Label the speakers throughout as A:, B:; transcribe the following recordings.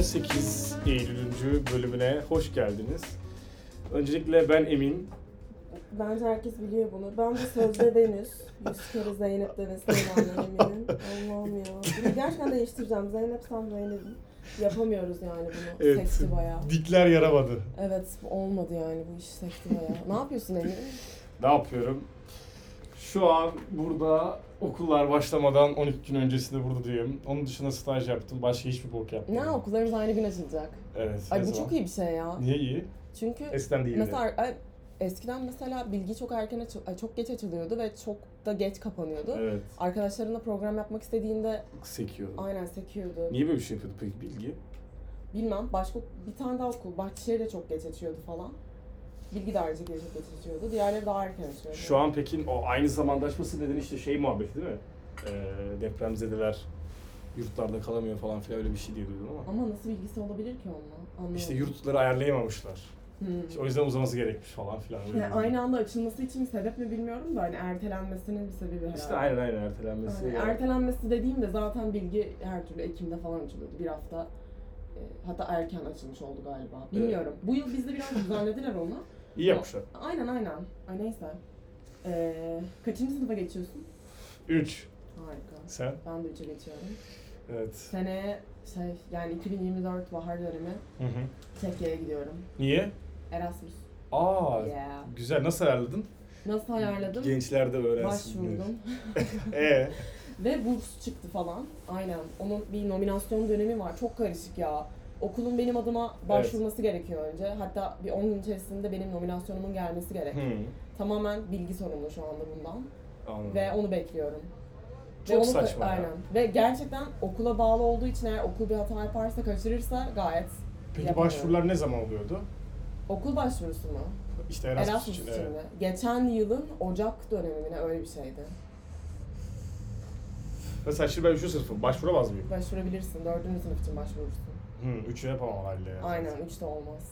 A: 8 Eylül'üncü bölümüne hoş geldiniz. Öncelikle ben Emin.
B: Bence herkes biliyor bunu. Ben bu sözde Deniz. Yüz kere Zeynep Deniz devamlı eminim. Allah'ım ya. Bunu gerçekten değiştireceğim. Zeynep sen Zeynep'im. Yapamıyoruz yani bunu.
A: Evet.
B: Sekti bayağı.
C: Dikler yaramadı.
B: Evet olmadı yani bu iş sekti bayağı. Ne yapıyorsun Emir?
A: Ne yapıyorum?
C: Şu an burada okullar başlamadan 12 gün öncesinde buradayım. Onun dışında staj yaptım. Başka hiçbir bok yapmadım.
B: Ne okullarımız aynı gün açılacak.
C: Evet.
B: Ay
C: ne
B: bu
C: zaman?
B: çok iyi bir şey ya.
C: Niye iyi?
B: Çünkü
C: Eskiden değildi.
B: mesela ay, eskiden mesela bilgi çok erken açı- ay, çok geç açılıyordu ve çok da geç kapanıyordu.
C: Evet.
B: Arkadaşlarınla program yapmak istediğinde
C: Sekiyorum.
B: aynen sekiyordu.
A: Niye böyle bir şey yapıyordu peki bilgi?
B: bilmem başka bir tane daha okul Bahçeşehir'de çok geç açıyordu falan. Bilgi dağarcıkları çok geç açıyordu. Diğerleri daha erken açıyordu.
A: Şu an peki o aynı zamanda açması nedeni işte şey muhabbeti değil mi? Ee, depremzedeler yurtlarda kalamıyor falan filan öyle bir şey diye duydum ama.
B: Ama nasıl bilgisi olabilir ki onunla? Anlamadım.
A: İşte yurtları ayarlayamamışlar.
B: Hmm.
C: İşte o yüzden uzaması gerekmiş falan filan.
B: Yani aynı anda açılması için bir sebep mi bilmiyorum da hani ertelenmesinin bir sebebi herhalde.
A: İşte aynen aynen ertelenmesi.
B: Yani
A: yani.
B: ertelenmesi dediğimde zaten bilgi her türlü Ekim'de falan açılıyordu. Bir hafta e, hatta erken açılmış oldu galiba. Bilmiyorum. Bu yıl bizde biraz düzenlediler onu.
A: İyi yapmışlar.
B: Aynen aynen. Ay neyse. Ee, kaçıncı sınıfa geçiyorsun?
C: 3.
B: Harika.
C: Sen?
B: Ben de üçe geçiyorum.
C: Evet.
B: Seneye şey yani 2024 bahar dönemi
C: Hı hı.
B: Çekya'ya gidiyorum.
C: Niye?
B: Erasmus.
C: Aa.
B: Yeah.
C: Güzel. Nasıl ayarladın?
B: Nasıl ayarladım?
A: Gençler de öğrensin. diye.
B: Başvurdum.
C: Ee.
B: Ve burs çıktı falan. Aynen. Onun bir nominasyon dönemi var. Çok karışık ya. Okulun benim adıma başvurması gerekiyor önce. Hatta bir 10 gün içerisinde benim nominasyonumun gelmesi gerek.
C: Hı.
B: Tamamen bilgi sorumlu şu anda bundan.
A: Anladım.
B: Ve onu bekliyorum.
A: Çok
B: onu-
A: saçma ya.
B: Aynen. Ve gerçekten okula bağlı olduğu için eğer okul bir hata yaparsa, kaçırırsa gayet
C: Peki
B: Yapamıyorum.
C: başvurular ne zaman oluyordu?
B: okul başvurusu mu?
C: İşte Erasmus,
B: Erasmus için
C: evet.
B: mi? Geçen yılın Ocak dönemine öyle bir şeydi.
C: Mesela şimdi ben 3. sınıfım. Başvuramaz mıyım?
B: Başvurabilirsin, dördüncü sınıf için başvurursun.
C: Hı. 3'ü yapamam halde. yani.
B: Aynen, üçte olmaz.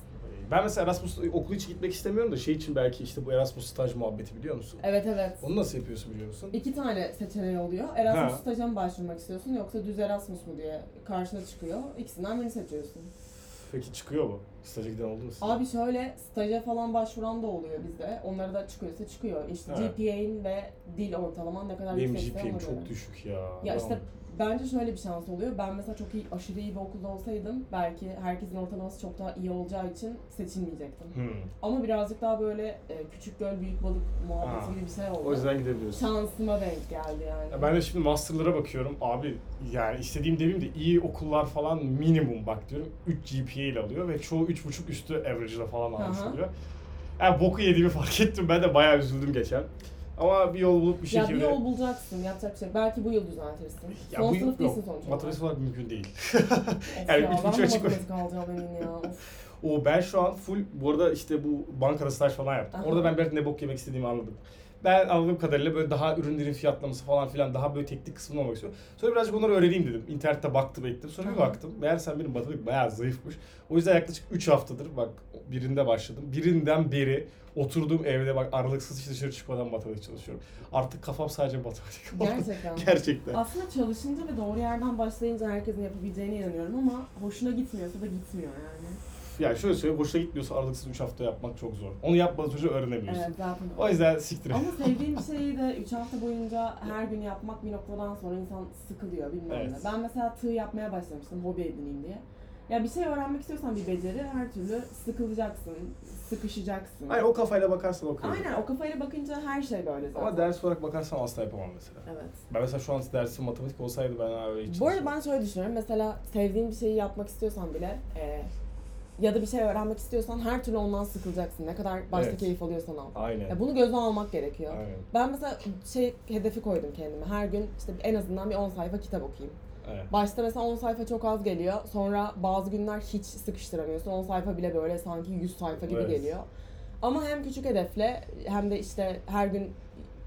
C: Ben mesela Erasmus okulu hiç gitmek istemiyorum da şey için belki işte bu Erasmus staj muhabbeti biliyor musun?
B: Evet evet.
C: Onu nasıl yapıyorsun biliyor musun?
B: İki tane seçeneği oluyor. Erasmus
C: Ha.
B: staja mı başvurmak istiyorsun yoksa düz Erasmus mu diye karşına çıkıyor. İkisinden birini seçiyorsun.
C: Peki çıkıyor mu? Staja giden oldu mu sizin?
B: Abi şöyle staja falan başvuran da oluyor bizde. Onlara da çıkıyorsa çıkıyor. İşte
C: Ha.
B: GPA'in ve dil ortalaman ne kadar
C: Benim
B: yüksekse
C: GPA'm
B: ona göre.
C: çok düşük ya.
B: Ya
C: Ben-
B: işte bence şöyle bir şans oluyor. Ben mesela çok iyi, aşırı iyi bir okulda olsaydım belki herkesin ortalaması çok daha iyi olacağı için seçilmeyecektim.
C: Hı.
B: Ama birazcık daha böyle e, küçük göl büyük balık muhabbeti
C: Ha,
B: gibi bir şey oldu.
A: O yüzden gidebiliyorsun.
B: Şansıma denk geldi yani.
C: Ya ben de şimdi masterlara bakıyorum. Abi yani istediğim demeyeyim de iyi okullar falan minimum bak diyorum. 3 GPA ile alıyor ve çoğu 3.5 üstü average'la falan almış
B: Aha.
C: oluyor. Yani boku yediğimi fark ettim. Ben de bayağı üzüldüm geçen. Ama bir yol bulup bir
B: ya
C: şekilde...
B: bir yol bulacaksın, yapacak bir şey. Belki bu yıl düzeltirsin.
C: Ya
B: Son
C: bu-
B: sınıf değilsin
C: yok,
B: sonuç
C: Matematik olarak mümkün değil.
B: Of
C: yani
B: ya,
C: üç
B: ben
C: buçuğa
B: de
C: çıkıyor.
B: matematik alacağım emin ya. Of.
C: O ben şu an full bu arada işte bu bankada staj falan yaptım.
B: Aha.
C: Orada ben biraz ne bok yemek istediğimi anladım. Ben anladığım kadarıyla böyle daha ürünlerin fiyatlaması falan filan daha böyle teknik kısmına olmak istiyorum. Sonra birazcık onları öğreneyim dedim. İnternette baktım ettim. Sonra bir
B: Aha.
C: baktım. Meğersem benim matematik bayağı zayıfmış. O yüzden yaklaşık 3 haftadır bak birinde başladım. Birinden beri oturduğum evde bak aralıksız hiç dışarı çıkmadan matematik çalışıyorum. Artık kafam sadece matematik oldu.
B: Gerçekten.
C: Gerçekten.
B: Aslında çalışınca ve doğru yerden başlayınca herkesin yapabileceğine inanıyorum ama hoşuna gitmiyorsa da gitmiyor yani.
C: Yani şöyle söyleyeyim hoşuna gitmiyorsa aralıksız 3 hafta yapmak çok zor. Onu yapmadan önce öğrenemiyorsun.
B: Evet zaten.
C: O yüzden siktir.
B: Ama sevdiğim şeyi de 3 hafta boyunca her gün yapmak bir noktadan sonra insan sıkılıyor bilmem
C: Evet.
B: ne. Ben mesela tığ yapmaya başlamıştım hobi edineyim diye. Ya bir şey öğrenmek istiyorsan bir beceri her türlü sıkılacaksın, sıkışacaksın.
C: Hayır o kafayla bakarsan okuyorum.
B: Aynen o kafayla bakınca her şey böyle zaten.
C: Ama ders olarak bakarsan asla yapamam mesela.
B: Evet.
C: Ben mesela şu an dersim matematik olsaydı ben abi hiç
B: Bu arada ben şöyle düşünüyorum. Mesela sevdiğin bir şeyi yapmak istiyorsan bile e, ya da bir şey öğrenmek istiyorsan her türlü ondan sıkılacaksın. Ne kadar başta
C: Evet.
B: keyif alıyorsan al.
C: Aynen.
B: Ya bunu göze almak gerekiyor.
C: Aynen.
B: Ben mesela şey hedefi koydum kendime. Her gün işte en azından bir 10 sayfa kitap okuyayım.
C: Evet.
B: Başta mesela 10 sayfa çok az geliyor. Sonra bazı günler hiç sıkıştıramıyorsun. 10 sayfa bile böyle sanki 100 sayfa gibi
C: Evet.
B: geliyor. Ama hem küçük hedefle hem de işte her gün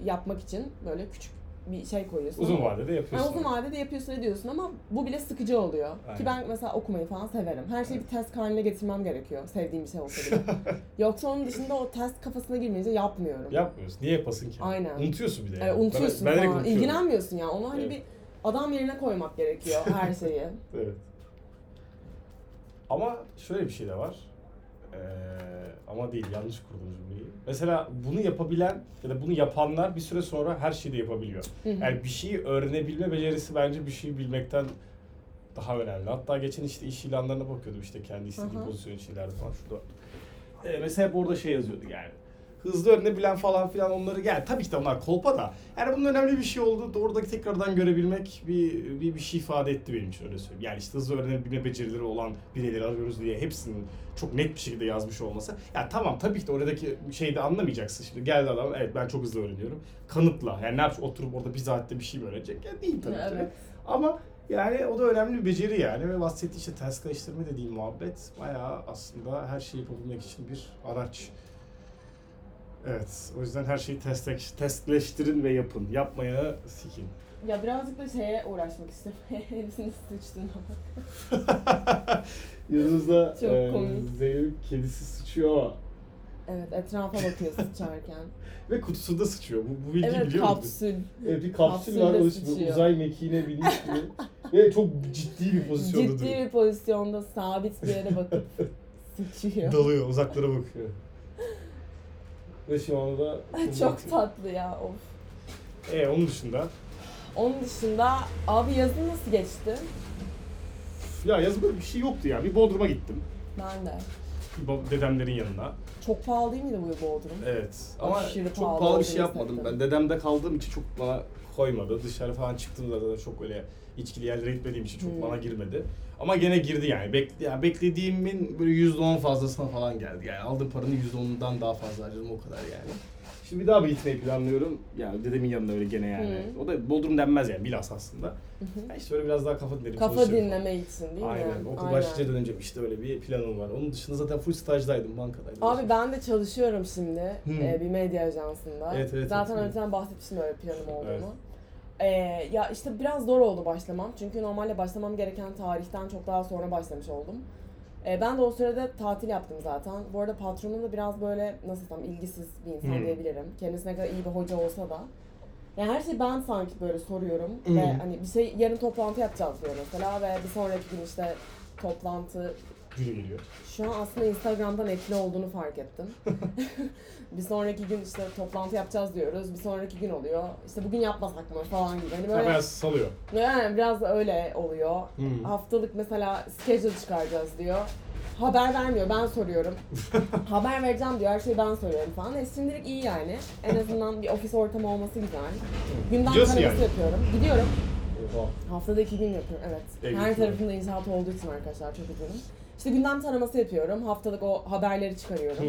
B: yapmak için böyle küçük bir şey koyuyorsun.
C: Uzun vadede
B: Yani
C: yapıyorsun.
B: uzun vadede yapıyorsun ediyorsun ama bu bile sıkıcı oluyor. Ki
C: Aynen.
B: ben mesela okumayı falan severim. Her şeyi bir test haline getirmem gerekiyor sevdiğim bir şey olsa bile. Yoksa onun dışında o test kafasına girmeyince yapmıyorum.
C: Yapmıyorsun. Niye yapasın ki?
B: Aynen.
C: Unutuyorsun bir de.
B: E,
C: yani. ben,
B: unutuyorsun
C: ben direkt
B: falan.
C: unutuyorum.
B: İlgilenmiyorsun ya. Onu hani
C: Evet.
B: bir adam yerine koymak gerekiyor her şeyi.
C: Evet. Ama şöyle bir şey de var. Ee, ama değil yanlış kurdum cümleyi. Mesela bunu yapabilen ya da bunu yapanlar bir süre sonra her şeyi de yapabiliyor.
B: Hı hı.
C: Yani bir şeyi öğrenebilme becerisi bence bir şeyi bilmekten daha önemli. Hatta geçen işte iş ilanlarına bakıyordum işte kendi istediğim
B: Aha.
C: pozisyon için ileride falan şurada. Ee, mesela hep orada şey yazıyordu yani. Hızlı öğrenebilen falan filan onları yani tabii ki de onlar kolpa da. Yani bunun önemli bir şey oldu. Oradaki tekrardan görebilmek bir, bir, bir şey ifade etti benim için öyle söyleyeyim. Yani işte hızlı öğrenebilme becerileri olan bireyleri arıyoruz diye hepsinin çok net bir şekilde yazmış olması. Yani tamam tabii ki de oradaki şeyi de anlamayacaksın şimdi. Geldi adam evet ben çok hızlı öğreniyorum. Kanıtla yani ne yapacak oturup orada bir saatte bir şey mi öğrenecek? Ya değil tabii ki. de.
B: Evet.
C: Ama yani o da önemli bir beceri yani ve bahsettiği işte ters karıştırma dediğim muhabbet bayağı aslında her şeyi yapabilmek için bir araç. Evet, o yüzden her şeyi test, testleştirin ve yapın. Yapmaya sikin.
B: Ya birazcık da şeye uğraşmak istedim. Hepsini sıçtın ama.
C: Yanımızda
B: Çok komik.
C: Zeynep kedisi sıçıyor ama.
B: Evet etrafa bakıyor sıçarken.
C: Ve kutusunda sıçıyor. Bu, bu bilgi
B: evet
C: biliyor musun?
B: kapsül.
C: Evet, bir kapsül var.
B: Kapsülde
C: O işte
B: sıçıyor.
C: uzay mekiğine binmiş gibi. ve çok ciddi bir pozisyonda
B: Ciddi
C: duruyor.
B: bir pozisyonda sabit bir yere bakıp sıçıyor.
C: Dalıyor, uzaklara bakıyor. Ve şu anda da...
B: Çok tatlı ya of.
C: E onun dışında.
B: Onun dışında abi yazın nasıl geçti?
C: Ya yazımda bir şey yoktu ya. Bir Bodrum'a gittim.
B: Ben de.
C: Bir bab- Dedemlerin yanına.
B: Çok pahalı değil miydi bu Bodrum?
C: Evet. Ama
B: Aşırı
C: çok
B: pahalı
C: pahalı, bir şey
B: oldu
C: yapmadım.
B: zaten.
C: Ben dedemde kaldığım için çok bana koymadı. Dışarı falan çıktığımda da çok öyle içkili yerlere gitmediğim için çok
B: Hmm.
C: bana girmedi. Ama gene girdi yani. Bek yani beklediğimin böyle %10 fazlasına falan geldi. Yani aldığım paranın %10'undan daha fazla harcadım o kadar yani. Şimdi bir daha bir gitmeyi planlıyorum. Yani dedemin yanında öyle gene yani.
B: Hmm.
C: O da Bodrum denmez yani bilhas aslında.
B: Hı hı.
C: Ya işte böyle biraz daha kafa dinlerim.
B: Kafa
C: çalışırım falan.
B: dinleme için değil mi?
C: Aynen. Okul başlayınca döneceğim işte öyle bir planım var. Onun dışında zaten full stajdaydım, bankadaydım.
B: Abi ben de çalışıyorum şimdi
C: Hmm.
B: e, bir medya ajansında.
C: Evet, evet,
B: Zaten
C: evet.
B: önceden bahsetmiştim öyle planım olduğunu.
C: Evet.
B: E, ya işte biraz zor oldu başlamam. Çünkü normalde başlamam gereken tarihten çok daha sonra başlamış oldum. E, ben de o sürede tatil yaptım zaten. Bu arada patronum da biraz böyle nasıl tam ilgisiz bir insan
C: Hmm.
B: diyebilirim. Kendisine kadar iyi bir hoca olsa da. Yani her şeyi ben sanki böyle soruyorum
C: Hmm.
B: ve hani bir şey yarın toplantı yapacağız diyor mesela ve bir sonraki gün işte toplantı
C: Günü geliyor.
B: şu an aslında Instagram'dan ekli olduğunu fark ettim. bir sonraki gün işte toplantı yapacağız diyoruz. Bir sonraki gün oluyor. İşte bugün yapmasak mı falan gibi. Hani
C: Böyle...
B: böyle
C: salıyor.
B: yani biraz da öyle oluyor.
C: Hmm.
B: Haftalık mesela schedule çıkaracağız diyor. Haber vermiyor ben soruyorum. Haber vereceğim diyor her şeyi ben soruyorum falan. E şimdilik iyi yani. En azından bir ofis ortamı olması güzel. Gündem
C: Gidiyorsun
B: taraması
C: yani.
B: yapıyorum. Gidiyorum.
C: Oha.
B: Haftada iki gün yapıyorum evet.
C: Evlilik
B: Her
C: mi?
B: tarafında inşaat olduğu için arkadaşlar çok üzgünüm. İşte gündem taraması yapıyorum. Haftalık o haberleri çıkarıyorum.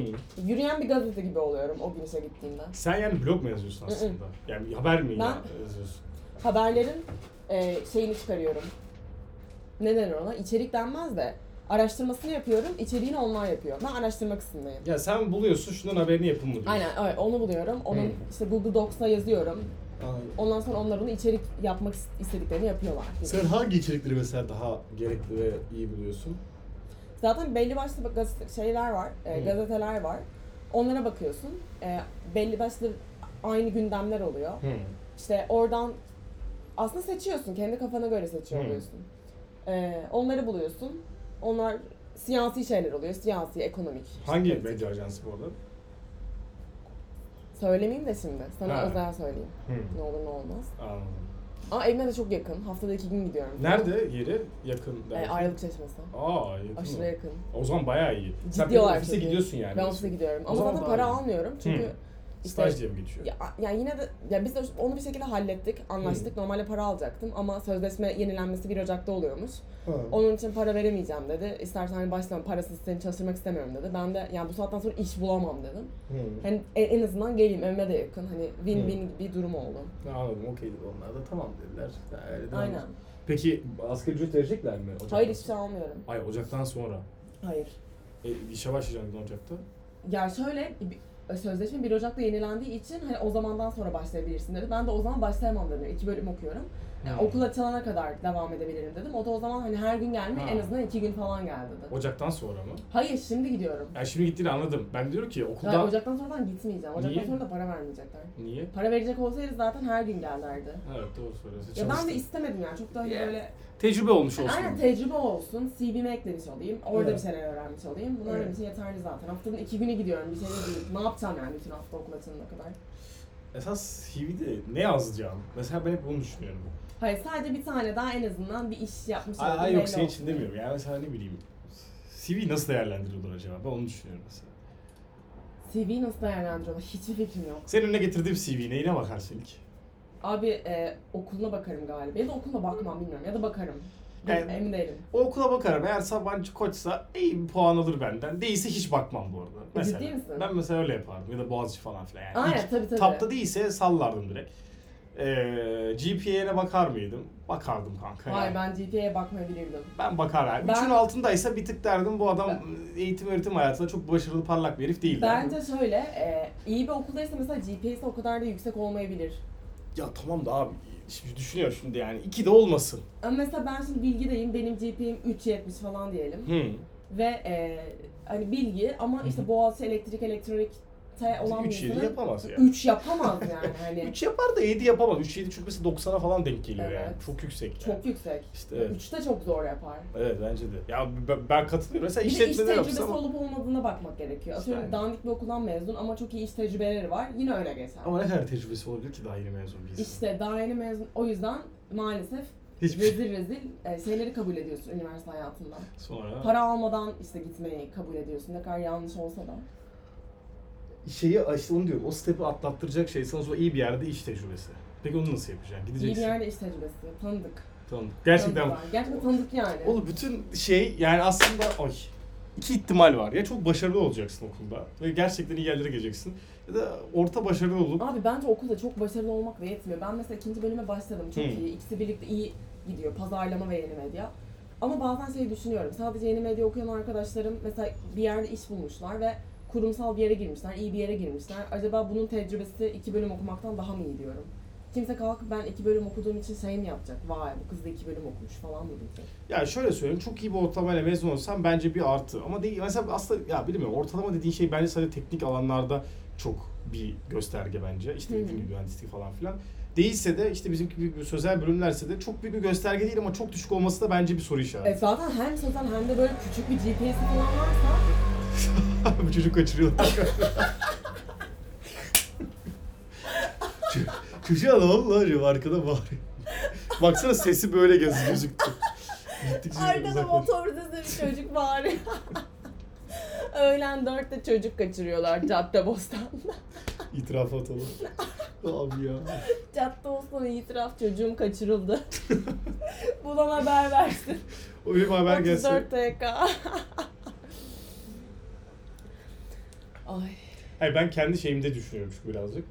B: Yürüyen bir gazete gibi oluyorum o gün işe gittiğimde.
C: Sen yani blog mu yazıyorsun
B: Hı hı.
C: aslında? yani haber mi
B: Ben-
C: ya yazıyorsun?
B: Haberlerin e, şeyini çıkarıyorum. Ne denir ona? İçerik denmez de. Araştırmasını yapıyorum, içeriğini onlar yapıyor. Ben araştırma kısmındayım.
C: Ya sen buluyorsun şundan haberini yapın mı diyorsun?
B: Aynen evet, onu buluyorum. Onun
C: Hı.
B: işte Google Docs'a yazıyorum.
C: Aynen.
B: Ondan sonra onlar bunu içerik yapmak is- istediklerini yapıyorlar.
C: Sen hangi içerikleri mesela daha gerekli ve iyi buluyorsun?
B: Zaten belli başlı bak- gazete- şeyler var, e,
C: Hı.
B: gazeteler var. Onlara bakıyorsun. E, belli başlı aynı gündemler oluyor.
C: Hmm.
B: İşte oradan aslında seçiyorsun. Kendi kafana göre seçiyor
C: Hı.
B: oluyorsun. E, onları buluyorsun. Onlar siyasi şeyler oluyor. Siyasi, ekonomik. işte
C: Hangi
B: politik.
C: medya ajansı bu arada?
B: Söylemeyeyim de şimdi. Sana
C: Ha.
B: özel söyleyeyim. Ne
C: Hı.
B: olur ne olmaz.
C: Anladım.
B: Ama evime de çok yakın. Haftada iki gün gidiyorum.
C: Nerede yeri? Yakın.
B: E,
C: dersin.
B: Ayrılık Çeşmesi.
C: Aa yakın.
B: Aşırı
C: mı?
B: yakın.
C: O zaman bayağı iyi.
B: Ciddi
C: sen peki
B: olarak
C: ofise
B: çok iyi.
C: gidiyorsun yani.
B: Ben ofise gidiyorum.
C: O
B: Ama
C: zaman
B: zaten
C: daha
B: para
C: iyi.
B: almıyorum. Çünkü
C: Hı.
B: işte
C: Staj diye mi geçiyor?
B: Ya, ya yine de ya biz de onu bir şekilde hallettik, anlaştık. Normalde para alacaktım ama sözleşme yenilenmesi 1 Ocak'ta oluyormuş.
C: Ha.
B: Onun için para veremeyeceğim dedi. İstersen hani baştan parasız seni çalıştırmak istemiyorum dedi. Ben de yani bu saatten sonra iş bulamam dedim.
C: Hı.
B: Hani e- en azından geleyim evime de yakın. Hani win
C: Hı.
B: win bir durum oldu.
C: Ne anladım okeydi onlar da tamam dediler. Ha, öyle devam
B: Aynen.
C: edin. Peki asgari ücret verecekler mi? Ocak'tan
B: Hayır hiçbir
C: sonra?
B: şey almıyorum.
C: Hayır Ocak'tan sonra.
B: Hayır.
C: E, işe başlayacaksın Ocak'ta.
B: Yani şöyle bir- e, sözleşme 1 Ocak'ta yenilendiği için hani o zamandan sonra başlayabilirsin dedi. Ben de o zaman başlayamam dedim. İki bölüm okuyorum. Yani okul açılana kadar devam edebilirim dedim. O da o zaman hani her gün gelme
C: Ha.
B: en azından iki gün falan gel dedi.
C: Ocaktan sonra mı?
B: Hayır şimdi gidiyorum.
C: Yani şimdi gittiğini anladım. Ben diyorum ki
B: Ya,
C: okulda...
B: Ocaktan sonra ben gitmeyeceğim. Ocaktan
C: Niye?
B: sonra da para vermeyecekler.
C: Niye?
B: Para verecek olsaydı zaten her gün gelirlerdi.
C: Evet doğru söylüyorsun.
B: Ya ben
C: Çalıştın.
B: de istemedim yani çok da hani
C: Yeah.
B: böyle
C: Tecrübe olmuş olsun.
B: aynen tecrübe olsun, CV'me eklemiş olayım, orada
C: Evet.
B: bir şeyler öğrenmiş olayım. Bunlar
C: Evet.
B: benim için yeterli zaten. Haftanın iki güne gidiyorum bir şey değil. Ne yapacağım yani bütün hafta okul açılana kadar?
C: Esas CV'de ne yazacağım? Mesela ben hep onu düşünüyorum.
B: Hayır sadece bir tane daha en azından bir şey iş yapmış
C: Ay,
B: olduğum
C: ay yok
B: belli
C: senin
B: olsun.
C: için demiyorum. Yani mesela ne bileyim. CV nasıl değerlendiriyorlar acaba? Ben onu düşünüyorum mesela.
B: CV'yi nasıl değerlendiriyorlar? Hiçbir fikrim yok.
C: Senin önüne getirdiğim CV neyine bakarsın ilk?
B: Abi e, okuluna bakarım galiba. Ya da okuluna bakmam bilmiyorum. Ya da bakarım.
C: Yani-
B: Emin değilim.
C: O okula bakarım. Eğer Sabancı koçsa iyi bir puan alır benden. Değilse hiç bakmam bu arada. Mesela.
B: ciddi misin?
C: Ben mesela öyle yapardım. Ya da Boğaziçi falan filan. Yani
B: Aynen,
C: İlk
B: tabii, tabii.
C: Tapta değilse sallardım direkt. Ee, GPA'ne bakar mıydım? Bakardım kanka.
B: Hayır
C: yani.
B: ben GPA'ya bakmayabilirdim.
C: Ben bakar abi.
B: Ben-
C: Üçün altındaysa bir tık derdim bu adam eğitim öğretim hayatında çok başarılı parlak bir herif değil. yani.
B: Bence şöyle, e, iyi bir okuldaysa mesela GPA'si o kadar da yüksek olmayabilir.
C: Ya tamam da abi şimdi düşünüyorum şimdi yani iki de olmasın.
B: Ama mesela ben şimdi bilgideyim, benim GPA'm 3.70 falan diyelim.
C: Hı.
B: Ve e, hani bilgi ama işte Boğaziçi elektrik elektronikte E, olan
C: Üç
B: bir
C: yedi
B: insanın
C: yapamaz yani.
B: 3 yapamaz yani hani.
C: 3 yapar da 7 yapamaz. 3 7 çünkü mesela 90'a falan denk geliyor yani.
B: Evet.
C: Çok yüksek. yani.
B: çok yüksek.
C: İşte evet.
B: 3 de çok zor yapar.
C: Evet bence de. Ya ben, ben katılıyorum. Mesela
B: Bir de iş
C: işletmede
B: tecrübesi
C: yapsam
B: olup olmadığına bakmak gerekiyor.
C: İşte
B: Atıyorum
C: yani.
B: dandik bir okuldan mezun ama çok iyi iş tecrübeleri var. Yine öyle geçer.
C: ama ne kadar tecrübesi olabilir ki daha yeni mezun bir insan?
B: İşte daha yeni mezun. O yüzden maalesef
C: Hiçbir şey.
B: rezil rezil e, şeyleri kabul ediyorsun üniversite hayatında.
C: Sonra
B: Para almadan işte gitmeyi kabul ediyorsun. Ne kadar yanlış olsa da.
C: şeyi işte onu diyorum. O step'i atlattıracak şey sana sonra iyi bir yerde iş tecrübesi. Peki onu nasıl yapacaksın?
B: İyi bir
C: Gideceksin.
B: yerde iş tecrübesi. Tanıdık.
C: Tamam. Gerçekten
B: Tanıdık var. Gerçekten tanıdık yani.
C: Oğlum bütün şey yani aslında ay iki ihtimal var. Ya çok başarılı olacaksın okulda ve gerçekten iyi yerlere geleceksin. Ya da orta başarılı olup
B: Abi bence okulda çok başarılı olmak da yetmiyor. Ben mesela ikinci bölüme başladım. Çok
C: Hı.
B: iyi. İkisi birlikte iyi gidiyor. Pazarlama ve yeni medya. Ama bazen şey düşünüyorum. Sadece yeni medya okuyan arkadaşlarım mesela bir yerde iş bulmuşlar ve kurumsal bir yere girmişler, iyi bir yere girmişler. Acaba bunun tecrübesi iki bölüm okumaktan daha mı iyi diyorum? Kimse kalkıp ben iki bölüm okuduğum için şey mi yapacak? Vay bu kız da iki bölüm okumuş falan mı diyecek?
C: ya şöyle söyleyeyim çok iyi bir ortalamayla mezun olsan bence bir artı. Ama değil mesela aslında ya bilmiyorum ortalama dediğin şey bence sadece teknik alanlarda çok bir gösterge bence. İşte
B: Hı hı.
C: dediğim gibi mühendislik falan filan. Değilse de işte bizimki gibi bir sözel bölümlerse de çok büyük bir gösterge değil ama çok düşük olması da bence bir soru işareti.
B: E zaten hem sosyal hem de böyle küçük bir GPS falan varsa
C: Bu çocuk kaçırıyorlar. Çocuğa ne oldu lan acaba arkada bağırıyor. Baksana sesi böyle gezi gözüktü. Gittikçe
B: Arkada
C: uzaklaş-
B: motor sesi bir çocuk bağırıyor. Öğlen dörtte çocuk kaçırıyorlar cadde bostan'da.
C: İtiraf atalım. Abi ya.
B: Cadde bostan'a itiraf çocuğum kaçırıldı. Bulan haber versin.
C: Öyle bir haber gelse.
B: 34 TK. Ay.
C: Hayır ben kendi şeyimde düşünüyorum çünkü birazcık.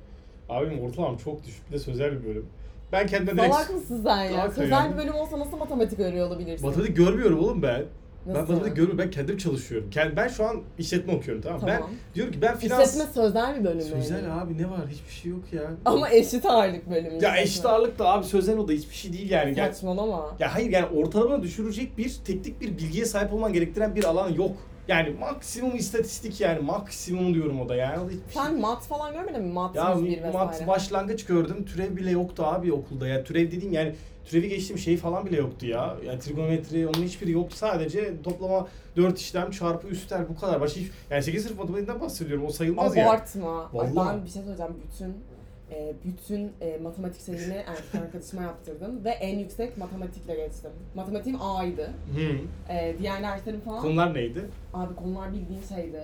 C: Abim ortalamam çok düşük bir de sözel bir bölüm. Ben kendime direkt...
B: Salak mısın sen ya?
C: Salak
B: Sözel
C: yani.
B: bir bölüm olsa nasıl matematik öğreniyor olabilirsin?
C: Matematik görmüyorum oğlum ben. ben
B: Nasıl
C: matematik
B: yani?
C: görmüyorum. Ben kendim çalışıyorum. Kend- ben şu an işletme okuyorum tamam mı?
B: Tamam.
C: Ben diyorum ki ben finans...
B: İşletme sözel bir bölüm mü?
C: Sözel abi ne var? Hiçbir şey yok ya.
B: Ama eşit ağırlık bölümü.
C: Ya
B: işletme.
C: eşit ağırlık da abi sözel o da hiçbir şey değil yani. Gel-
B: Saçmalama.
C: ya hayır yani ortalama düşürecek bir teknik bir bilgiye sahip olman gerektiren bir alan yok. Yani maksimum istatistik yani maksimum diyorum o da yani. O da hiçbir şey-
B: Sen mat falan görmedin mi? Mat
C: ya
B: 101 vesaire.
C: mat başlangıç gördüm. Türev bile yoktu abi okulda. Ya türev dediğim yani türevi geçtim şey falan bile yoktu ya. Yani trigonometri onun hiçbiri yoktu. Sadece toplama 4 işlem çarpı üstel bu kadar. Başka hiç, yani 8 sınıf matematikten bahsediyorum. O sayılmaz ya.
B: Abartma. Ay,
C: Vallahi.
B: ben bir şey söyleyeceğim. Bütün e, bütün e, matematik şeyini erkek arkadaşıma yaptırdım ve en yüksek matematikle geçtim. Matematiğim A'ydı.
C: Hı.
B: E, diğer derslerim falan.
C: Konular neydi?
B: Abi konular bildiğin şeydi.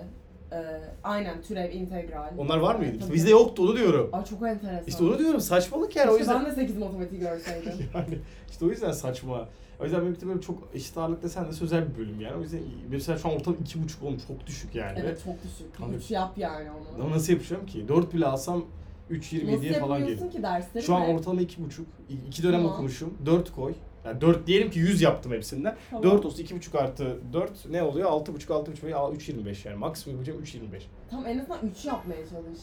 B: E, aynen türev, integral.
C: Onlar var mıydı?
B: Tabii.
C: Bizde yoktu onu diyorum.
B: Ay çok enteresan.
C: İşte onu diyorum saçmalık yani
B: Keşke
C: o yüzden.
B: ben de 8 matematiği görseydim.
C: yani işte o yüzden saçma. O yüzden benim de böyle çok eşit ağırlık desen de sözel bir bölüm yani. O yüzden mesela şu an ortalama iki buçuk oğlum çok düşük yani.
B: evet çok düşük.
C: Abi.
B: 3 yap yani onu.
C: Ama nasıl yapacağım ki? 4 bile alsam 3
B: Nasıl
C: 27'ye falan gelir.
B: yapıyorsun ki dersleri?
C: Şu an
B: ve-
C: ortalama iki buçuk. İ- iki dönem
B: Tamam.
C: okumuşum. 4 koy. Yani 4 diyelim ki 100 yaptım hepsinden.
B: Tamam.
C: 4 olsa iki buçuk artı 4 ne oluyor? 6,5 6,5 3,25 yani maksimum yapacağım 3,25.
B: Tam en azından 3 yapmaya çalış.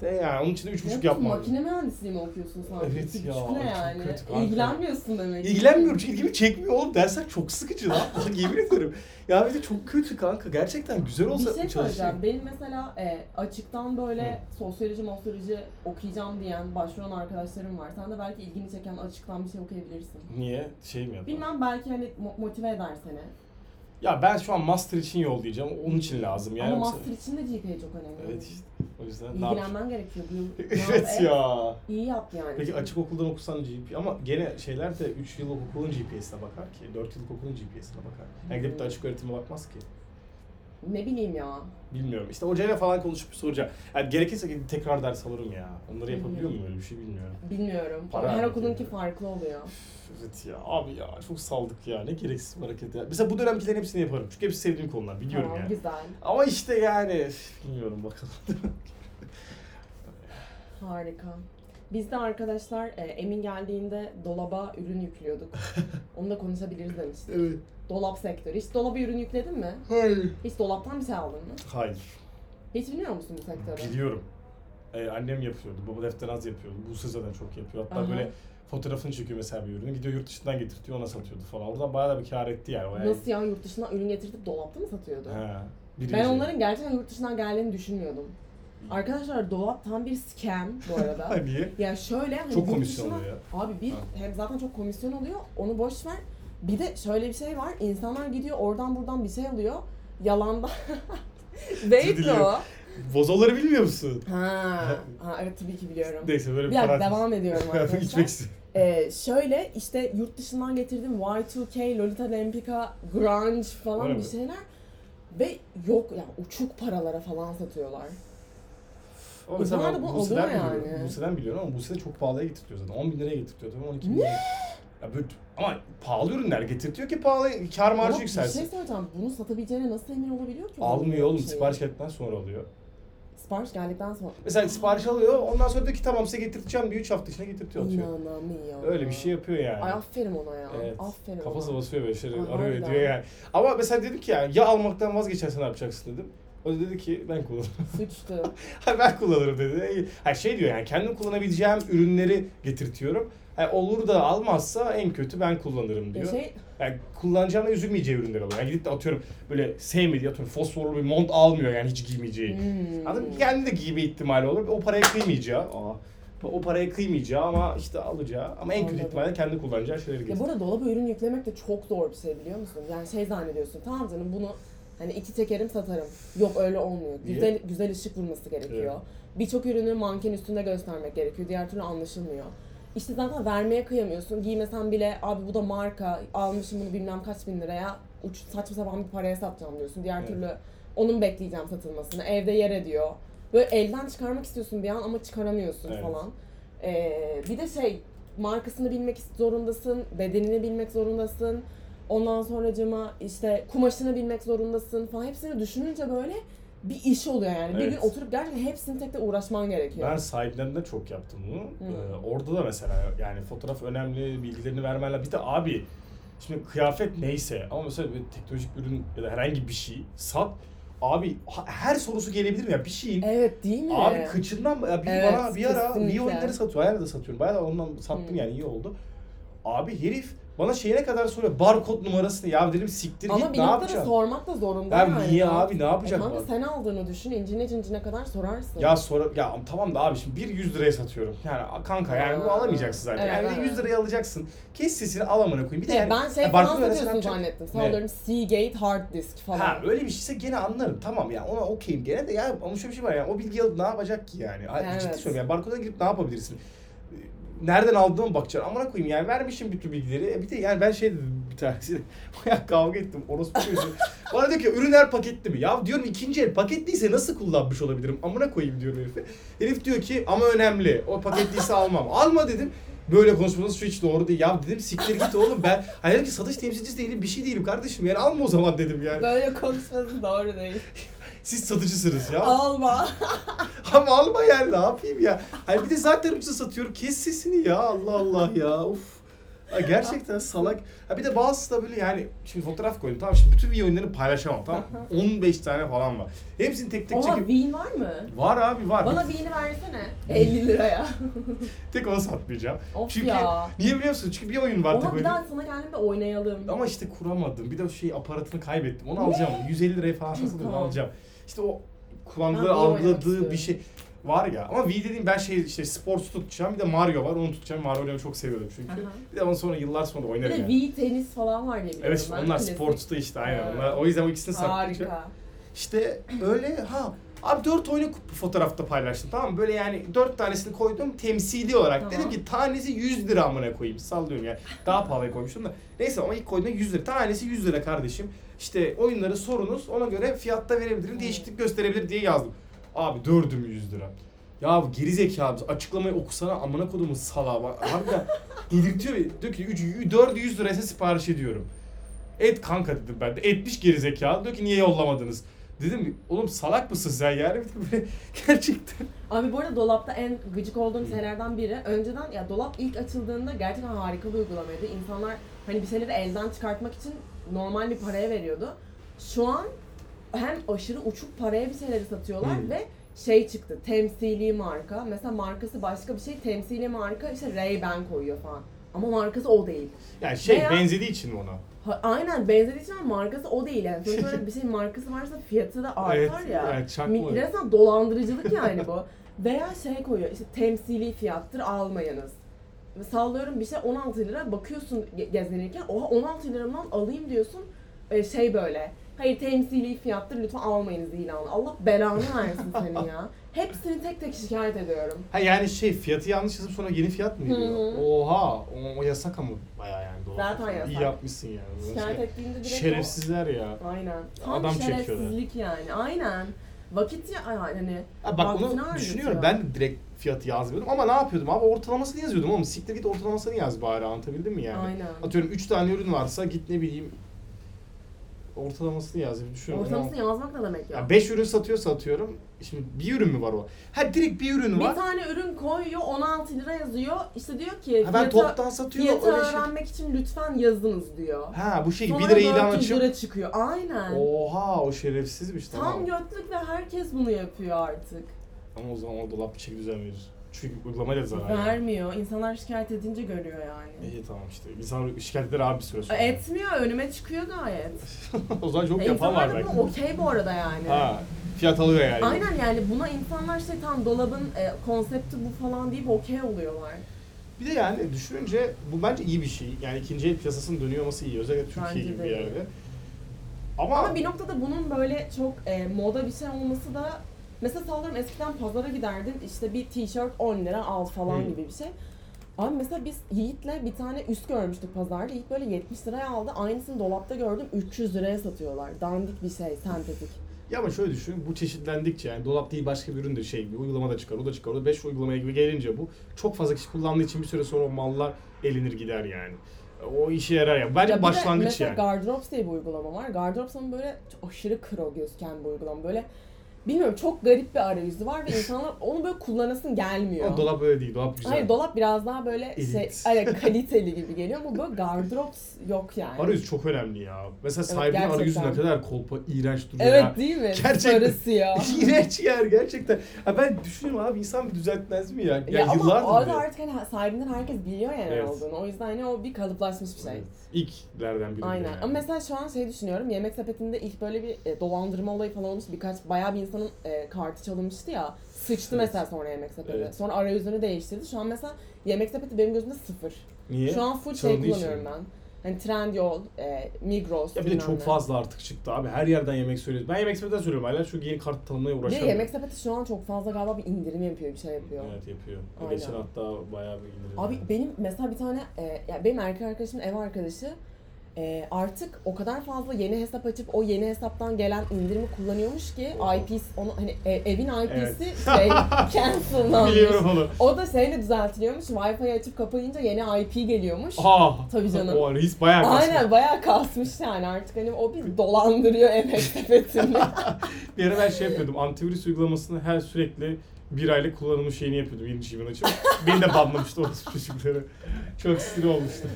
C: De yani onun için de üç buçuk
B: Ne yapıyorsun,
C: yapmam.
B: Makine mühendisliği mi okuyorsun sen?
C: Evet
B: Üç
C: ya,
B: buçuk
C: çok
B: Ne yani?
C: kötü kanka.
B: İlgilenmiyorsun demek. ki.
C: İlgilenmiyorum çünkü ilgimi çekmiyor oğlum. Dersler çok sıkıcı lan. Bak yemin ederim. Ya bir de çok kötü kanka. Gerçekten güzel olsa
B: Bir şey
C: çalışayım.
B: söyleyeceğim. Benim mesela e, açıktan böyle sosyoloji, sosyoloji okuyacağım diyen başvuran arkadaşlarım var. Sen de belki ilgini çeken açıktan bir şey okuyabilirsin.
C: Niye? Şey mi yapalım?
B: Bilmem belki hani mo- motive eder seni.
C: Ya ben şu an master için yollayacağım. Onun için lazım yani.
B: Ama
C: Yoksa-
B: master için de GPA çok önemli.
C: Evet işte. O yüzden ne yapayım?
B: İlgilenmen gerekiyor. Bu-
C: evet ya.
B: İyi yap yani.
C: Peki açık okuldan okusan GP ama gene şeyler de 3 yıllık okulun GPS'ine bakar ki. 4 yıllık okulun GPS'ine bakar. Yani gidip de açık öğretime bakmaz ki.
B: Ne bileyim ya.
C: Bilmiyorum. İşte hocayla falan konuşup soracağım. Yani gerekirse gidip tekrar ders alırım ya. Onları yapabiliyor muyum öyle bir şey bilmiyorum.
B: Bilmiyorum.
C: Para
B: Her
C: harcıyor.
B: okulunki farklı oluyor.
C: Evet ya abi ya çok saldık ya. Ne gereksiz bir hareket ya. Mesela bu dönemkilerin hepsini yaparım. Çünkü hepsi sevdiğim konular. Biliyorum
B: tamam,
C: yani.
B: güzel.
C: Ama işte yani üf, bilmiyorum bakalım.
B: Harika. Biz de arkadaşlar e, Emin geldiğinde dolaba ürün yüklüyorduk. Onu da konuşabiliriz demiştik.
C: evet.
B: Dolap sektörü. Hiç dolaba ürün yükledin mi?
C: Hayır.
B: Hiç dolaptan bir şey aldın mı?
C: Hayır.
B: Hiç bilmiyor musun bu sektörü?
C: Biliyorum. Ee, annem yapıyordu. Baba defter az yapıyordu. Bu zaten çok yapıyor. Hatta
B: Aha.
C: böyle fotoğrafını çekiyor mesela bir ürünü. Gidiyor yurt dışından getirtiyor ona satıyordu falan. Oradan bayağı da bir kar etti yani. Bayağı...
B: Nasıl ya yurt dışından ürün getirtip dolapta mı satıyordu?
C: He. Birinci.
B: Ben onların gerçekten yurt dışından geldiğini düşünmüyordum. Arkadaşlar dolap tam bir scam bu arada.
C: Ha, Niye?
B: Ya şöyle hani
C: Çok
B: yurt
C: komisyon
B: dışına-
C: oluyor
B: Abi bir
C: Ha.
B: hem zaten çok komisyon oluyor. Onu boş ver. Bir de şöyle bir şey var. İnsanlar gidiyor oradan buradan bir şey alıyor. Yalandan. Neydi o?
C: Biliyorum. Bozoları bilmiyor musun?
B: Ha. ha evet tabii ki biliyorum.
C: Neyse böyle
B: Bir
C: bir
B: dakika
C: parantez.
B: devam ediyorum
C: İçmek
B: arkadaşlar.
C: istiyorum.
B: Ee, şöyle işte yurt dışından getirdim Y2K, Lolita Lempicka, Grunge falan
C: Öyle
B: bir
C: mi?
B: şeyler. Ve yok ya uçuk paralara falan satıyorlar.
C: Ama
B: Bu arada
C: ben
B: bu
C: Buse'den
B: oluyor
C: biliyorum.
B: yani.
C: Buse'den biliyorum ama Buse çok pahalıya getirtiyor zaten. 10 bin liraya getirtiyor tabii 12 bin liraya. Ya böyle, ama pahalı ürünler getirtiyor ki pahalı kar
B: Ama
C: marjı
B: bir şey
C: yükselsin.
B: söyleyeceğim. Bunu satabileceğine nasıl emin olabiliyor ki?
C: Almıyor oğlum
B: Şey.
C: sipariş geldikten sonra alıyor.
B: Sipariş geldikten sonra.
C: Mesela sipariş alıyor ondan sonra diyor ki tamam size getirteceğim diyor 3 hafta içinde getirtiyor atıyor.
B: İnanamıyorum.
C: Öyle bir şey yapıyor yani.
B: Ay aferin ona ya.
C: Evet.
B: Aferin
C: Kafası
B: ona.
C: basıyor böyle şeyleri
B: Ay,
C: arıyor
B: harbiden.
C: ediyor yani. Ama mesela dedim ki yani ya almaktan vazgeçersen ne yapacaksın dedim. O da dedi ki ben kullanırım.
B: Suçtu.
C: Ha, ben kullanırım dedi. Ha şey diyor yani kendim kullanabileceğim ürünleri getirtiyorum. Ha, olur da almazsa en kötü ben kullanırım
B: ya
C: diyor.
B: şey
C: Yani kullanacağına üzülmeyeceği ürünler alıyor. Yani gidip de atıyorum böyle sevmediği atıyorum fosforlu bir mont almıyor yani hiç giymeyeceği.
B: Hmm.
C: Adam kendi de giyme ihtimali olur. O paraya kıymayacağı. Aa. O paraya kıymayacağı ama işte alacağı. Ama en kötü
B: Anladım.
C: ihtimalle kendi kullanacağı şeyleri
B: Ya
C: getir.
B: bu arada dolaba ürün yüklemek de çok zor bir şey biliyor musun? Yani şey zannediyorsun tamam canım bunu hani iki tekerim satarım. Yok öyle olmuyor.
C: Niye?
B: Güzel güzel ışık vurması gerekiyor. Birçok ürünü manken üstünde göstermek gerekiyor. Diğer türlü anlaşılmıyor. İşte zaten vermeye kıyamıyorsun. Giymesen bile abi bu da marka almışım bunu bilmem kaç bin liraya uç, saçma sapan bir paraya satacağım diyorsun. Diğer
C: Evet.
B: türlü onun bekleyeceğim satılmasını. Evde yer ediyor. Böyle elden çıkarmak istiyorsun bir an ama çıkaramıyorsun
C: Evet.
B: falan. Ee, bir de şey markasını bilmek zorundasın, bedenini bilmek zorundasın. Ondan sonracıma işte kumaşını bilmek zorundasın falan. Hepsini düşününce böyle bir iş oluyor yani. Bir
C: Evet.
B: gün oturup gerçekten hepsini tek tek uğraşman gerekiyor.
C: Ben sahiplerinde çok yaptım bunu.
B: Hmm.
C: Ee, orada da mesela yani fotoğraf önemli, bilgilerini vermenler. Bir de abi şimdi kıyafet neyse ama mesela bir teknolojik bir ürün ya da herhangi bir şey sat. Abi ha- her sorusu gelebilir mi? Ya bir şeyin
B: Evet değil mi?
C: Abi kıçından ya bir
B: Evet,
C: bana bir ara
B: kesinlikle.
C: Vion'ları satıyor. Hala da satıyorum. Bayağı da ondan sattım
B: Hmm.
C: yani iyi oldu. Abi herif bana şeyine kadar soruyor. Barkod numarasını ya dedim siktir
B: Ama
C: git
B: bir
C: ne
B: noktada
C: yapacaksın?
B: sormak da zorunda
C: Ya
B: yani.
C: niye abi ne
B: E
C: yapacak
B: kanka
C: bana?
B: sen aldığını düşün, incine cincine kadar sorarsın.
C: Ya sonra ya tamam da abi şimdi bir 100 liraya satıyorum. Yani kanka yani bunu
B: Aa.
C: alamayacaksın zaten.
B: Evet,
C: yani
B: evet.
C: 100 liraya alacaksın. Kes sesini al amına koyayım. Bir de
B: Şey,
C: yani, e,
B: ben şey
C: ya
B: falan
C: barkod numarasını
B: satıyorsun
C: yapacaksın.
B: zannettim.
C: Ne?
B: Sanırım Seagate hard disk falan.
C: Ha öyle bir şeyse gene anlarım tamam ya ona okeyim gene de ya ama şöyle bir şey var ya o bilgi alıp ne yapacak ki yani? Ay,
B: Evet.
C: Ciddi söylüyorum yani barkoda girip ne yapabilirsin? Ee, Nereden aldığıma bakacaksın amına koyayım yani vermişim bütün bilgileri. E, bir de yani ben şey dedim bir tanesi bayağı kavga ettim orospu çocuğu. Bana diyor ki ürünler paketli mi? Ya diyorum ikinci el paketliyse nasıl kullanmış olabilirim amına koyayım diyorum herife. Herif diyor ki ama önemli o paketliyse almam. Alma dedim. Böyle konuşmanız şu hiç doğru değil. Ya dedim siktir git oğlum ben. Hayır ki satış temsilcisi değilim bir şey değilim kardeşim yani alma o zaman dedim yani.
B: Böyle konuşması doğru değil.
C: Siz satıcısınız ya.
B: Alma.
C: Ama alma yani ne yapayım ya. Hani bir de zaten ucuza satıyorum. Kes sesini ya Allah Allah ya. Uf. Ha, gerçekten salak. Ha bir de bazısı da böyle yani şimdi fotoğraf koydum tamam şimdi bütün video oyunlarını paylaşamam tamam mı? 15 tane falan var. Hepsini tek tek
B: Oha
C: çekip
B: V'in var mı?
C: var abi var.
B: Bana V'ini versene. 50 liraya.
C: Tek onu satmayacağım.
B: Of
C: Çünkü
B: ya.
C: niye biliyor musun? Çünkü bir oyun var tek
B: Oha bir
C: oyun.
B: daha sana kendimle oynayalım.
C: Ama işte kuramadım. Bir de şey aparatını kaybettim. Onu alacağım. 150 liraya falan satılıyor onu
B: Tamam.
C: alacağım. İşte o
B: Ben
C: kullandığı,
B: Wii oynamak
C: algıladığı
B: istiyorum.
C: bir şey var ya. Ama Wii dediğim ben şey işte sports tutacağım. Bir de Mario var. Onu tutacağım. Mario oynamayı çok seviyordum çünkü.
B: Aha.
C: Bir de onu sonra yıllar sonra
B: Bir
C: oynarım
B: de
C: yani.
B: V tenis falan var diye biliyorum
C: Evet
B: ben.
C: onlar
B: Klasik.
C: sportsta işte aynen.
B: Ha.
C: Onlar, o yüzden o ikisini saklayacağım.
B: Harika.
C: İşte öyle ha. Abi dört oyunu kup- fotoğrafta paylaştım tamam mı? Böyle yani dört tanesini koydum temsili olarak.
B: Tamam.
C: Dedim ki tanesi 100 lira amına koyayım. Sallıyorum yani. Daha pahalıya koymuştum da. Neyse ama ilk koyduğumda 100 lira. Tanesi 100 lira kardeşim. İşte oyunları sorunuz ona göre fiyatta verebilirim. Değişiklik gösterebilir diye yazdım. Abi dördüm 100 lira. Ya geri zekalı açıklamayı okusana amına kodumun salağı bak. Harbiden delirtiyor beni. Diyor ki 4'ü 100 liraysa sipariş ediyorum. Et kanka dedim ben de. Etmiş gerizekalı. Diyor ki niye yollamadınız? Dedim oğlum salak mısın sen yani? Bir de böyle gerçekten.
B: Abi bu arada dolapta en gıcık olduğum şeylerden biri. Önceden ya dolap ilk açıldığında gerçekten harika bir uygulamaydı. İnsanlar hani bir şeyleri elden çıkartmak için normal bir paraya veriyordu. Şu an hem aşırı uçuk paraya bir şeyleri satıyorlar
C: Hmm.
B: ve şey çıktı temsili marka. Mesela markası başka bir şey temsili marka işte Ray-Ban koyuyor falan. Ama markası o değil.
C: Yani şey
B: Veya-
C: benzediği için ona.
B: Ha- aynen benzediği için ama markası o değil yani. Sonuç olarak bir şeyin markası varsa fiyatı da artar
C: Evet,
B: ya.
C: evet, çakma.
B: Mi- Resmen dolandırıcılık yani bu. Veya şey koyuyor işte temsili fiyattır almayınız. Sallıyorum bir şey 16 lira bakıyorsun ge- gezinirken oha 16 liramdan alayım diyorsun E, şey böyle hayır temsili fiyattır lütfen almayınız ilanı. Allah belanı versin senin ya. Hepsini tek tek şikayet ediyorum.
C: Ha yani şey fiyatı yanlış yazıp sonra yeni fiyat mı geliyor?
B: Hı hı.
C: Oha o, o yasak ama bayağı yani. Doğru.
B: Zaten yasak.
C: İyi yapmışsın yani.
B: Şikayet ettiğinde direkt o-
C: Şerefsizler ya.
B: Aynen. Tam
C: Adam çekiyorlar.
B: şerefsizlik yani. Aynen. Vakit ya hani
C: Ha bak
B: Vaktini
C: onu
B: harcatıyor.
C: düşünüyorum. Ben de direkt fiyatı yazmıyordum ama ne yapıyordum abi? Ortalamasını yazıyordum ama siktir git ortalamasını yaz bari anlatabildim mi yani?
B: Aynen.
C: Atıyorum 3 tane ürün varsa git ne bileyim ortalamasını yaz. Düşünüyorum.
B: Ortalamasını yazmak ne demek ya?
C: ya 5 ürün satıyorsa atıyorum. Şimdi bir ürün mü var o? Ha direkt bir ürün
B: bir
C: var.
B: tane ürün koyuyor 16 lira yazıyor. İşte diyor ki
C: Ha ben toptan satıyor
B: fiyatı
C: öyle şey.
B: öğrenmek için lütfen yazınız diyor.
C: Ha bu şey 1
B: Sonra
C: lira ilan
B: 400
C: açıp.
B: lira çıkıyor. Aynen.
C: Oha o şerefsizmiş
B: Tam
C: tamam.
B: götlük ve herkes bunu yapıyor artık.
C: Ama o zaman o dolap bir çeki düzen verir. Çünkü uygulamayla zarar. yani.
B: Vermiyor. İnsanlar şikayet edince görüyor yani. E,
C: İyi tamam işte. İnsan şikayetleri abi bir süre sonra.
B: Etmiyor. Önüme çıkıyor gayet.
C: o zaman çok
B: E,
C: yapan
B: İnsanlar
C: var
B: da
C: belki.
B: buna okey bu arada yani.
C: Ha, fiyat alıyor yani.
B: Aynen yani buna insanlar şey tam dolabın e, konsepti bu falan deyip okey oluyorlar.
C: Bir de yani düşününce bu bence iyi bir şey. Yani ikinci el piyasasının dönüyor olması iyi. Özellikle Türkiye
B: Bence
C: gibi
B: de.
C: bir yerde. Ama,
B: Ama bir noktada bunun böyle çok e, moda bir şey olması da mesela sallıyorum eskiden pazara giderdin işte bir tişört 10 lira al falan
C: Hı.
B: gibi bir şey. Abi mesela biz Yiğit'le bir tane üst görmüştük pazarda. Yiğit böyle 70 liraya aldı. Aynısını dolapta gördüm 300 liraya satıyorlar. Dandik bir şey, sentetik.
C: ya ama şöyle düşün. Bu çeşitlendikçe yani dolap değil başka bir ürün de şey bir uygulama da çıkar. O da çıkar. O da 5 uygulamaya gibi gelince bu çok fazla kişi kullandığı için bir süre sonra o mallar elinir gider yani. O işe yarar ya. Bence
B: Ya bir de
C: başlangıç
B: mesela
C: yani.
B: Gardrops diye bir uygulama var. Gardrops ama böyle çok aşırı kro gözüken bir uygulama. Böyle bilmiyorum çok garip bir arayüzü var ve insanlar onu böyle kullanasın gelmiyor.
C: Ama dolap öyle değil. Dolap güzel.
B: Hayır dolap biraz daha böyle şey,
C: Elit.
B: hani kaliteli gibi geliyor ama böyle gardrops yok yani.
C: Arayüz çok önemli ya. Mesela
B: Evet,
C: sahibinin arayüzü ne
B: gerçekten.
C: kadar kolpa, iğrenç duruyor ya.
B: Evet değil mi?
C: Gerçekten.
B: Sarısı ya.
C: İğrenç yer gerçekten. Ha ben düşünüyorum abi insan bir düzeltmez mi ya? Ya,
B: ya ama
C: yıllardır.
B: orada
C: bile.
B: artık hani sahibinden herkes biliyor yani ne
C: Evet.
B: olduğunu. O yüzden hani o bir kalıplaşmış bir şey.
C: Evet. İlklerden biri.
B: Aynen.
C: Yani.
B: Ama mesela şu an şey düşünüyorum. Yemek sepetinde ilk böyle bir e, dolandırma olayı falan olmuş. Birkaç bayağı bir insanın e, kartı çalınmıştı ya. Sıçtı
C: Evet.
B: mesela sonra yemek sepeti.
C: Evet.
B: Sonra arayüzünü değiştirdi. Şu an mesela yemek sepeti benim gözümde sıfır.
C: Niye?
B: Şu an full şey
C: Çalındığı için
B: kullanıyorum
C: mi?
B: ben. Hani Trendyol, e, Migros,
C: ya bir de
B: bilmem
C: çok
B: ne.
C: fazla artık çıktı abi. Her yerden yemek söylüyoruz. Ben yemek sepetinden söylüyorum hala çünkü yeni kart tanımaya
B: Bir de
C: uğraşamıyorum.
B: yemek sepeti şu an çok fazla galiba bir indirim yapıyor, bir şey yapıyor.
C: Evet yapıyor.
B: Aynen.
C: Geçen hatta bayağı bir indirim.
B: Abi
C: yani.
B: benim mesela bir tane, e, ya benim erkek arkadaşımın ev arkadaşı e, artık o kadar fazla yeni hesap açıp o yeni hesaptan gelen indirimi kullanıyormuş ki
C: Oha.
B: IP'si, onu, hani e, evin IP'si
C: Evet.
B: şey, cancellanmış.
C: Biliyorum onu.
B: O da şeyle düzeltiliyormuş, Wi-Fi açıp kapayınca yeni IP geliyormuş.
C: Aa.
B: Tabii canım.
C: O reis bayağı kasmış.
B: Aynen bayağı kasmış yani artık hani o bir dolandırıyor emek sepetini.
C: Bir ara ben şey yapıyordum. Antivirüs uygulamasını her sürekli bir aylık kullanılmış şeyini yapıyordum. Yeni şiven açıp. Beni de banlamıştı orası çocukları. Çok sinir olmuştu.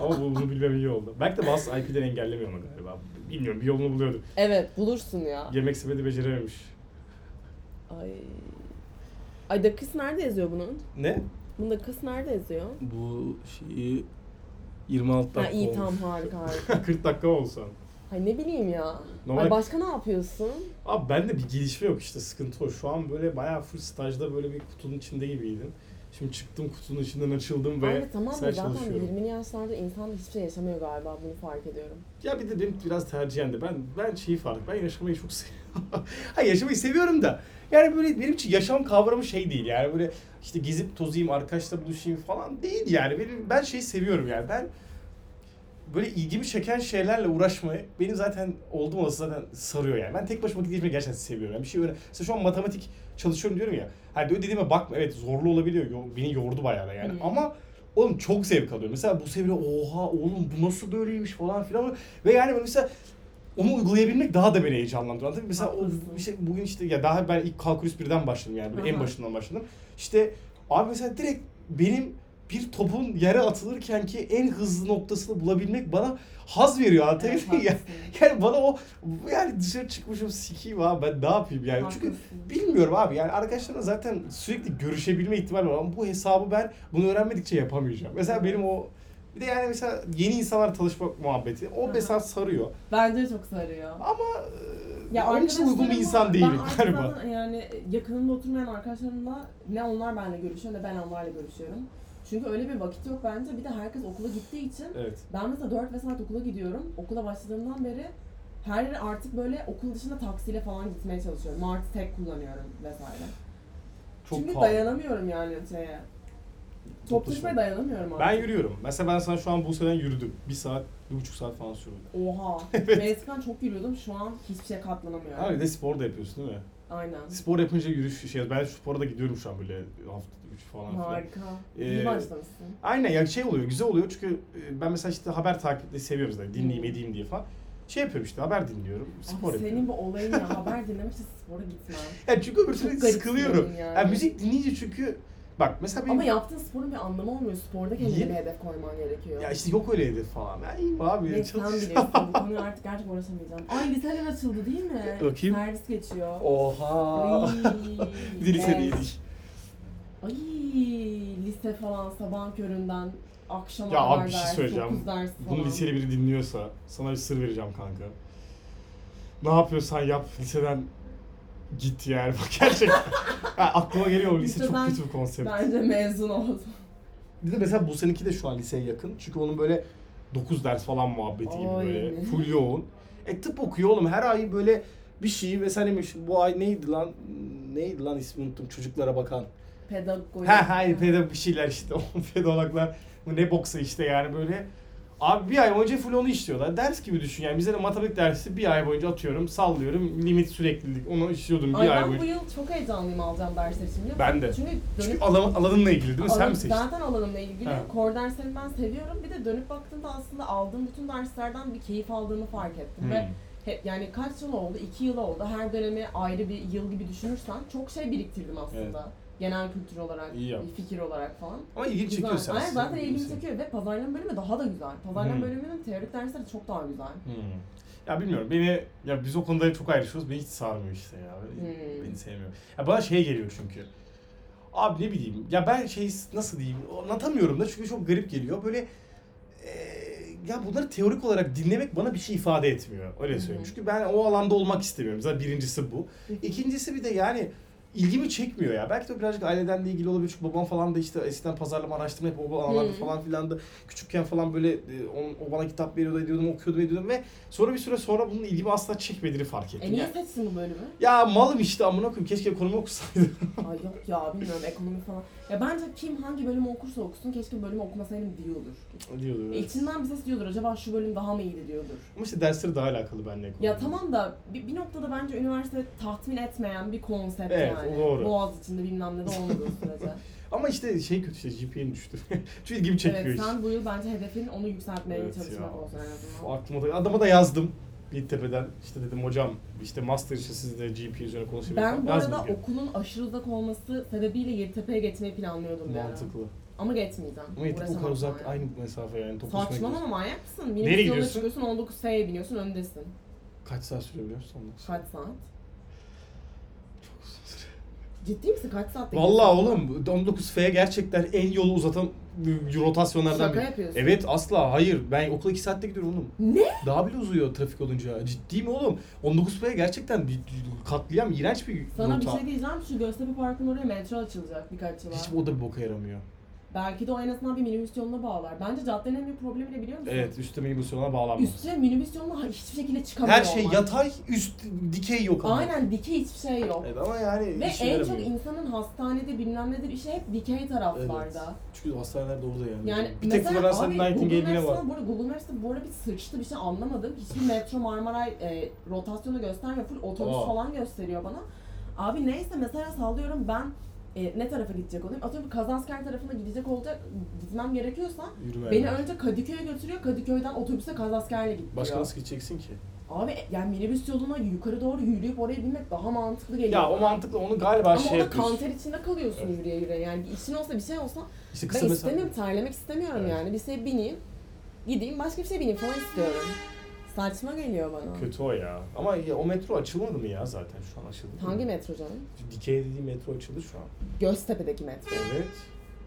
C: Ama bu- bunu bilmem iyi oldu. Belki de bazı IP'den engellemiyor onu galiba. Bilmiyorum bir yolunu buluyordu.
B: Evet bulursun ya.
C: Yemek sepeti becerememiş.
B: Ay. Ay da kız nerede yazıyor bunun?
C: Ne?
B: Bunda kız nerede yazıyor?
A: Bu şeyi 26
B: Ha
A: dakika
B: iyi
A: olmuş.
B: tam harika harika.
C: 40 dakika olsa.
B: Ay ne bileyim ya.
C: Normal-
B: Ay başka ne yapıyorsun?
C: Abi bende bir gelişme yok işte sıkıntı o. Şu an böyle bayağı full stajda böyle bir kutunun içinde gibiydim. Şimdi çıktım kutunun içinden açıldım ve
B: Abi tamam da
C: sen
B: zaten
C: çalışıyorum.
B: 20'li yaşlarda insan hiçbir şey yaşamıyor galiba bunu fark ediyorum.
C: Ya bir de benim biraz tercihen de ben ben şeyi fark ben yaşamayı çok seviyorum. Hayır yaşamayı seviyorum da yani böyle benim için yaşam kavramı şey değil yani böyle işte gezip tozayım arkadaşla buluşayım falan değil yani benim ben şeyi seviyorum yani ben böyle ilgimi çeken şeylerle uğraşmayı benim zaten oldum olası zaten sarıyor yani. Ben tek başıma vakit geçirmeyi gerçekten seviyorum. Yani bir şey öyle. Mesela şu an matematik çalışıyorum diyorum ya. Hani öyle dediğime bakma evet zorlu olabiliyor. Yo- Beni yordu bayağı da yani.
B: Hı.
C: Ama oğlum çok zevk alıyorum. Mesela bu sebeple oha oğlum bu nasıl böyleymiş falan filan. Ve yani böyle mesela onu uygulayabilmek daha da beni heyecanlandırıyor. Anladın mı? Mesela o
B: Haklısın.
C: bir şey bugün işte ya daha ben ilk kalkülüs birden başladım yani. Böyle en
B: Aha.
C: başından başladım. İşte abi mesela direkt benim bir topun yere atılırken ki en hızlı noktasını bulabilmek bana haz veriyor anlatabiliyor
B: Evet,
C: muyum? Yani,
B: haklısın.
C: yani bana o yani dışarı çıkmışım sikiyim abi ben ne yapayım yani. Çünkü
B: Haklısın.
C: bilmiyorum abi yani arkadaşlarla zaten sürekli görüşebilme ihtimali var ama bu hesabı ben bunu öğrenmedikçe yapamayacağım. Mesela benim o bir de yani mesela yeni insanlar tanışmak muhabbeti o
B: Aha.
C: mesela sarıyor.
B: Bence çok sarıyor.
C: Ama ya onun için uygun bir
B: arkadaşlarımla-
C: insan değilim
B: ben
C: galiba.
B: arkadaşlarla- yani yakınımda oturmayan arkadaşlarımla ne onlar benimle görüşüyor ne ben onlarla görüşüyorum. Çünkü öyle bir vakit yok bence. Bir de herkes okula gittiği için
C: Evet.
B: ben mesela 4 ve saat okula gidiyorum. Okula başladığımdan beri her yere artık böyle okul dışında taksiyle falan gitmeye çalışıyorum. Martı tek kullanıyorum vesaire.
C: Çok
B: Çünkü
C: pahalı.
B: dayanamıyorum yani şeye. Top
C: taşıma.
B: taşımaya dayanamıyorum artık.
C: Ben yürüyorum. Mesela ben sana şu an Bursa'dan yürüdüm. Bir saat, bir buçuk saat falan sürdü.
B: Oha. ben eskiden çok yürüyordum. Şu an hiçbir şey katlanamıyorum.
C: Abi bir de spor da yapıyorsun değil mi?
B: Aynen.
C: Spor yapınca yürüyüş şey. Ben spora da gidiyorum şu an böyle haftada üç falan filan.
B: Harika.
C: Ee,
B: İyi başlamışsın.
C: Aynen ya şey oluyor, güzel oluyor çünkü e, ben mesela işte haber takipleri seviyoruz da dinleyeyim
B: Hı.
C: edeyim diye falan. Şey yapıyorum işte haber dinliyorum, spor
B: Abi
C: yapıyorum.
B: Ah, senin bu olayın ya haber dinlemek için spora gitmem.
C: Yani çünkü öbür
B: Çok
C: türlü
B: garip
C: sıkılıyorum.
B: bir
C: Yani.
B: oyun yani.
C: müzik dinleyince çünkü bak mesela benim
B: Ama yaptığın sporun bir anlamı olmuyor. Sporda kendine
C: Niye?
B: bir hedef koyman gerekiyor.
C: ya işte yok öyle hedef falan. Ya iyi be abi
B: Neyse, sen
C: çalış.
B: bilirsin. Bu konuyu artık gerçekten uğraşamayacağım. Ay liseler açıldı değil mi?
C: Bakayım.
B: Servis geçiyor.
C: Oha. bir de lisedeydik.
B: Ay lise falan sabah köründen akşama
C: Ya
B: kadar
C: abi bir şey
B: ders,
C: söyleyeceğim.
B: dokuz ders falan.
C: Bunu liseli biri dinliyorsa sana bir sır vereceğim kanka. Ne yapıyorsan yap liseden git yani bak gerçekten. Ya aklıma geliyor o lise çok
B: Liseden-
C: kötü bir konsept.
B: Bence mezun oldum.
C: Bir de mesela bu seninki de şu an liseye yakın. Çünkü onun böyle 9 ders falan muhabbeti gibi
B: Ay.
C: böyle full yoğun. E tıp okuyor oğlum her ay böyle bir şey şeyi mesela neymiş bu ay neydi lan neydi lan ismi unuttum çocuklara bakan.
B: Pedagog.
C: Ha ha pedo bir şeyler işte o pedolaklar bu ne boksa işte yani böyle. Abi bir ay boyunca full onu işliyorlar. Ders gibi düşün yani bize de matematik dersi bir ay boyunca atıyorum sallıyorum limit süreklilik onu işliyordum bir
B: Ay
C: ay
B: ben bu
C: boyunca.
B: yıl çok heyecanlıyım alacağım dersler için. biliyor musun?
C: Ben de.
B: Çünkü dönüp
C: Çünkü alan, alanınla ilgili değil mi? Sen
B: Alan-
C: mi seçtin?
B: Zaten alanımla ilgili.
C: Ha.
B: Core derslerimi ben seviyorum. Bir de dönüp baktığımda aslında aldığım bütün derslerden bir keyif aldığımı fark ettim.
C: Hmm.
B: Ve hep, yani kaç yıl oldu? İki yıl oldu. Her dönemi ayrı bir yıl gibi düşünürsen çok şey biriktirdim aslında. Genel kültür olarak,
C: İyi yaptın.
B: fikir olarak falan.
C: Ama ilgini çekiyor
B: Güzel.
C: sen.
B: Aynen zaten ilgimi çekiyor ve pazarlama bölümü daha da güzel. Pazarlama
C: Hmm.
B: bölümünün teorik dersleri çok daha güzel.
C: Hmm. Ya bilmiyorum beni ya biz o konuda çok ayrışıyoruz. Beni hiç sarmıyor işte ya.
B: Hmm.
C: Beni sevmiyor. Ya bana şey geliyor çünkü. Abi ne bileyim ya ben şey nasıl diyeyim anlatamıyorum da çünkü çok garip geliyor. Böyle eee, ya bunları teorik olarak dinlemek bana bir şey ifade etmiyor. Öyle söyleyeyim.
B: Hı hı.
C: Çünkü ben o alanda olmak istemiyorum. Zaten birincisi bu. İkincisi bir de yani ilgimi çekmiyor ya. Belki de birazcık aileden de ilgili olabilir. Çünkü babam falan da işte eskiden pazarlama araştırma hep o alanlarda
B: Hı.
C: falan filan da küçükken falan böyle e, on- o bana kitap veriyordu ediyordum okuyordum ediyordum ve sonra bir süre sonra bunun ilgimi asla çekmediğini fark ettim.
B: E niye
C: Yani-
B: seçtin bu bölümü?
C: Ya malım işte amına koyayım keşke ekonomi okusaydım.
B: Ay yok ya bilmiyorum ekonomi falan. Ya bence kim hangi bölümü okursa okusun keşke bölümü okumasaydım diyordur.
C: diyordu.
B: E, İçinden bir ses diyordur acaba şu bölüm daha mı iyiydi diyordur.
C: Ama işte dersleri daha alakalı benimle ekonomi.
B: Ya tamam da bir, bir noktada bence üniversite tatmin etmeyen bir konsept
C: Evet,
B: yani.
C: o doğru.
B: Boğaz içinde bilmem ne de olmadığı sürece.
C: Ama işte şey kötü işte GPA'nin düştü. Çünkü ilgimi çekmiyor
B: evet
C: işte.
B: sen bu yıl bence hedefin onu yükseltmeye
C: Evet
B: çalışmak
C: ya.
B: olsun en
C: Uf,
B: azından.
C: aklıma da, adama da yazdım. Yeditepe'den işte dedim hocam işte master işte siz de GPA üzerine konuşabilirsiniz.
B: Ben bu
C: Yazmadı
B: arada
C: geri.
B: okulun aşırı uzak olması sebebiyle Yeditepe'ye geçmeyi planlıyordum bir ara.
C: Mantıklı.
B: Ama geçmeyeceğim.
C: Ama bu kadar
B: Uğraşamam
C: uzak
B: sana ya.
C: aynı mesafe yani toplaşmaya
B: Saçmalama
C: gidiyorsun.
B: manyak mısın?
C: Nereye
B: Minibüs yoluna
C: gidiyorsun?
B: çıkıyorsun 19 S'ye biniyorsun öndesin.
C: Kaç saat sürüyor biliyor musun? Ondan sonra?
B: Kaç saat?
C: Çok uzun sürüyor.
B: Ciddi misin? Kaç saatte
C: Vallahi oğlum 19F gerçekten en yolu uzatan rotasyonlardan
B: Şaka
C: biri.
B: yapıyorsun.
C: Evet asla hayır ben okula 2 saatte gidiyorum oğlum.
B: Ne?
C: Daha bile uzuyor trafik olunca. Ciddi mi oğlum? 19F gerçekten bir katliam iğrenç bir
B: Sana bir
C: rota.
B: şey diyeceğim. Şu Göztepe Park'ın oraya metro açılacak birkaç yıla.
C: Hiç o da bir boka yaramıyor.
B: Belki de o en azından bir minibüs yoluna bağlar. Bence caddenin en büyük problemi ne biliyor musun?
C: Evet üstte minibüs yoluna bağlanmaz.
B: Üstüne minibüs yoluna hiçbir şekilde çıkamıyor
C: Her şey
B: olmak.
C: yatay, üst dikey yok ama.
B: Aynen dikey hiçbir şey yok.
C: Evet ama yani
B: Ve
C: işe
B: en çok
C: yaramıyor.
B: insanın hastanede bilmem nedir işi hep dikey taraflarda.
C: Çünkü hastaneler de orada yani.
B: Yani
C: bir tek
B: mesela
C: Floransa
B: abi,
C: Nightingale'ine
B: Google
C: var.
B: Maps'te bu arada, Google Maps'te bu arada bir sıçtı bir şey anlamadım. Hiçbir metro Marmaray e, rotasyonu göstermiyor. Full otobüs
C: Aa.
B: falan gösteriyor bana. Abi neyse mesela sallıyorum ben e, ne tarafa gidecek olayım? Atıyorum Kazansker tarafına gidecek olacak gitmem gerekiyorsa
C: Yürüme
B: beni
C: yani.
B: önce Kadıköy'e götürüyor. Kadıköy'den otobüse Kazasker'le gidiyor.
C: Başka nasıl gideceksin ki?
B: Abi yani minibüs yoluna yukarı doğru yürüyüp oraya binmek daha mantıklı geliyor.
C: Ya o mantıklı onu galiba
B: Ama
C: şey
B: o da
C: yapıyorsun.
B: kanter içinde kalıyorsun yürüye yürüye. Yani bir işin olsa bir şey olsa
C: İşte
B: ben
C: E, kısa mesafe.
B: istemiyorum, terlemek istemiyorum
C: Evet.
B: yani. Bir şey bineyim, gideyim başka bir şey bineyim falan istiyorum. Saçma geliyor bana.
C: Kötü o ya. Ama ya, o metro açılmadı mı ya zaten şu an açıldı.
B: Hangi metro canım?
C: Dikey dediğim metro açıldı şu an.
B: Göztepe'deki metro.
C: Evet.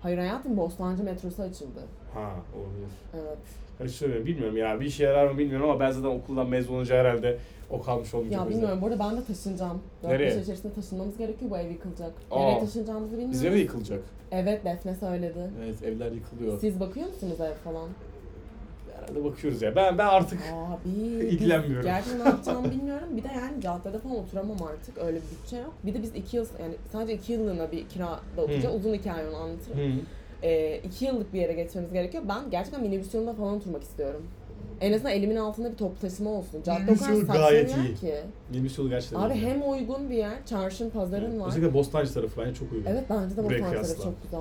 B: Hayır hayatım Bostancı metrosu açıldı.
C: Ha olabilir.
B: Evet.
C: Karıştırıyorum bilmiyorum ya. Bir işe yarar mı bilmiyorum ama ben zaten okuldan mezun olunca herhalde o kalmış olmayacak. o
B: Ya
C: yüzden.
B: bilmiyorum. Bu arada ben de taşınacağım. 4
C: Nereye?
B: beş ay içerisinde taşınmamız gerekiyor. Bu ev yıkılacak.
C: Aa.
B: Nereye taşınacağımızı bilmiyoruz.
C: Bizde de yıkılacak.
B: Evet Defne söyledi.
C: Evet evler yıkılıyor.
B: Siz bakıyor musunuz ev falan?
C: Herhalde bakıyoruz ya. Ben ben artık
B: Abi. biz
C: İlgilenmiyorum.
B: Gerçekten ne yapacağımı bilmiyorum. Bir de yani caddede falan oturamam artık. Öyle bir bütçe yok. Bir de biz iki yıl yani sadece iki yıllığına bir kirada oturacağız. Uzun hikayemi anlatırım.
C: Hı.
B: Ee, iki yıllık bir yere geçmemiz gerekiyor. Ben gerçekten minibüs yolunda falan oturmak istiyorum. En azından elimin altında bir toplu taşıma olsun. Cadde o
C: Minibüs
B: kadar
C: yolu
B: saçma bir
C: gayet
B: yer
C: iyi.
B: ki.
C: Yemiş yolu gerçekten.
B: Abi
C: iyi.
B: hem uygun bir yer, çarşın, pazarın var.
C: Özellikle Bostancı tarafı bence çok uygun.
B: Evet bence de
C: Buraya
B: Botan tarafı
C: kıyasla.
B: çok güzel.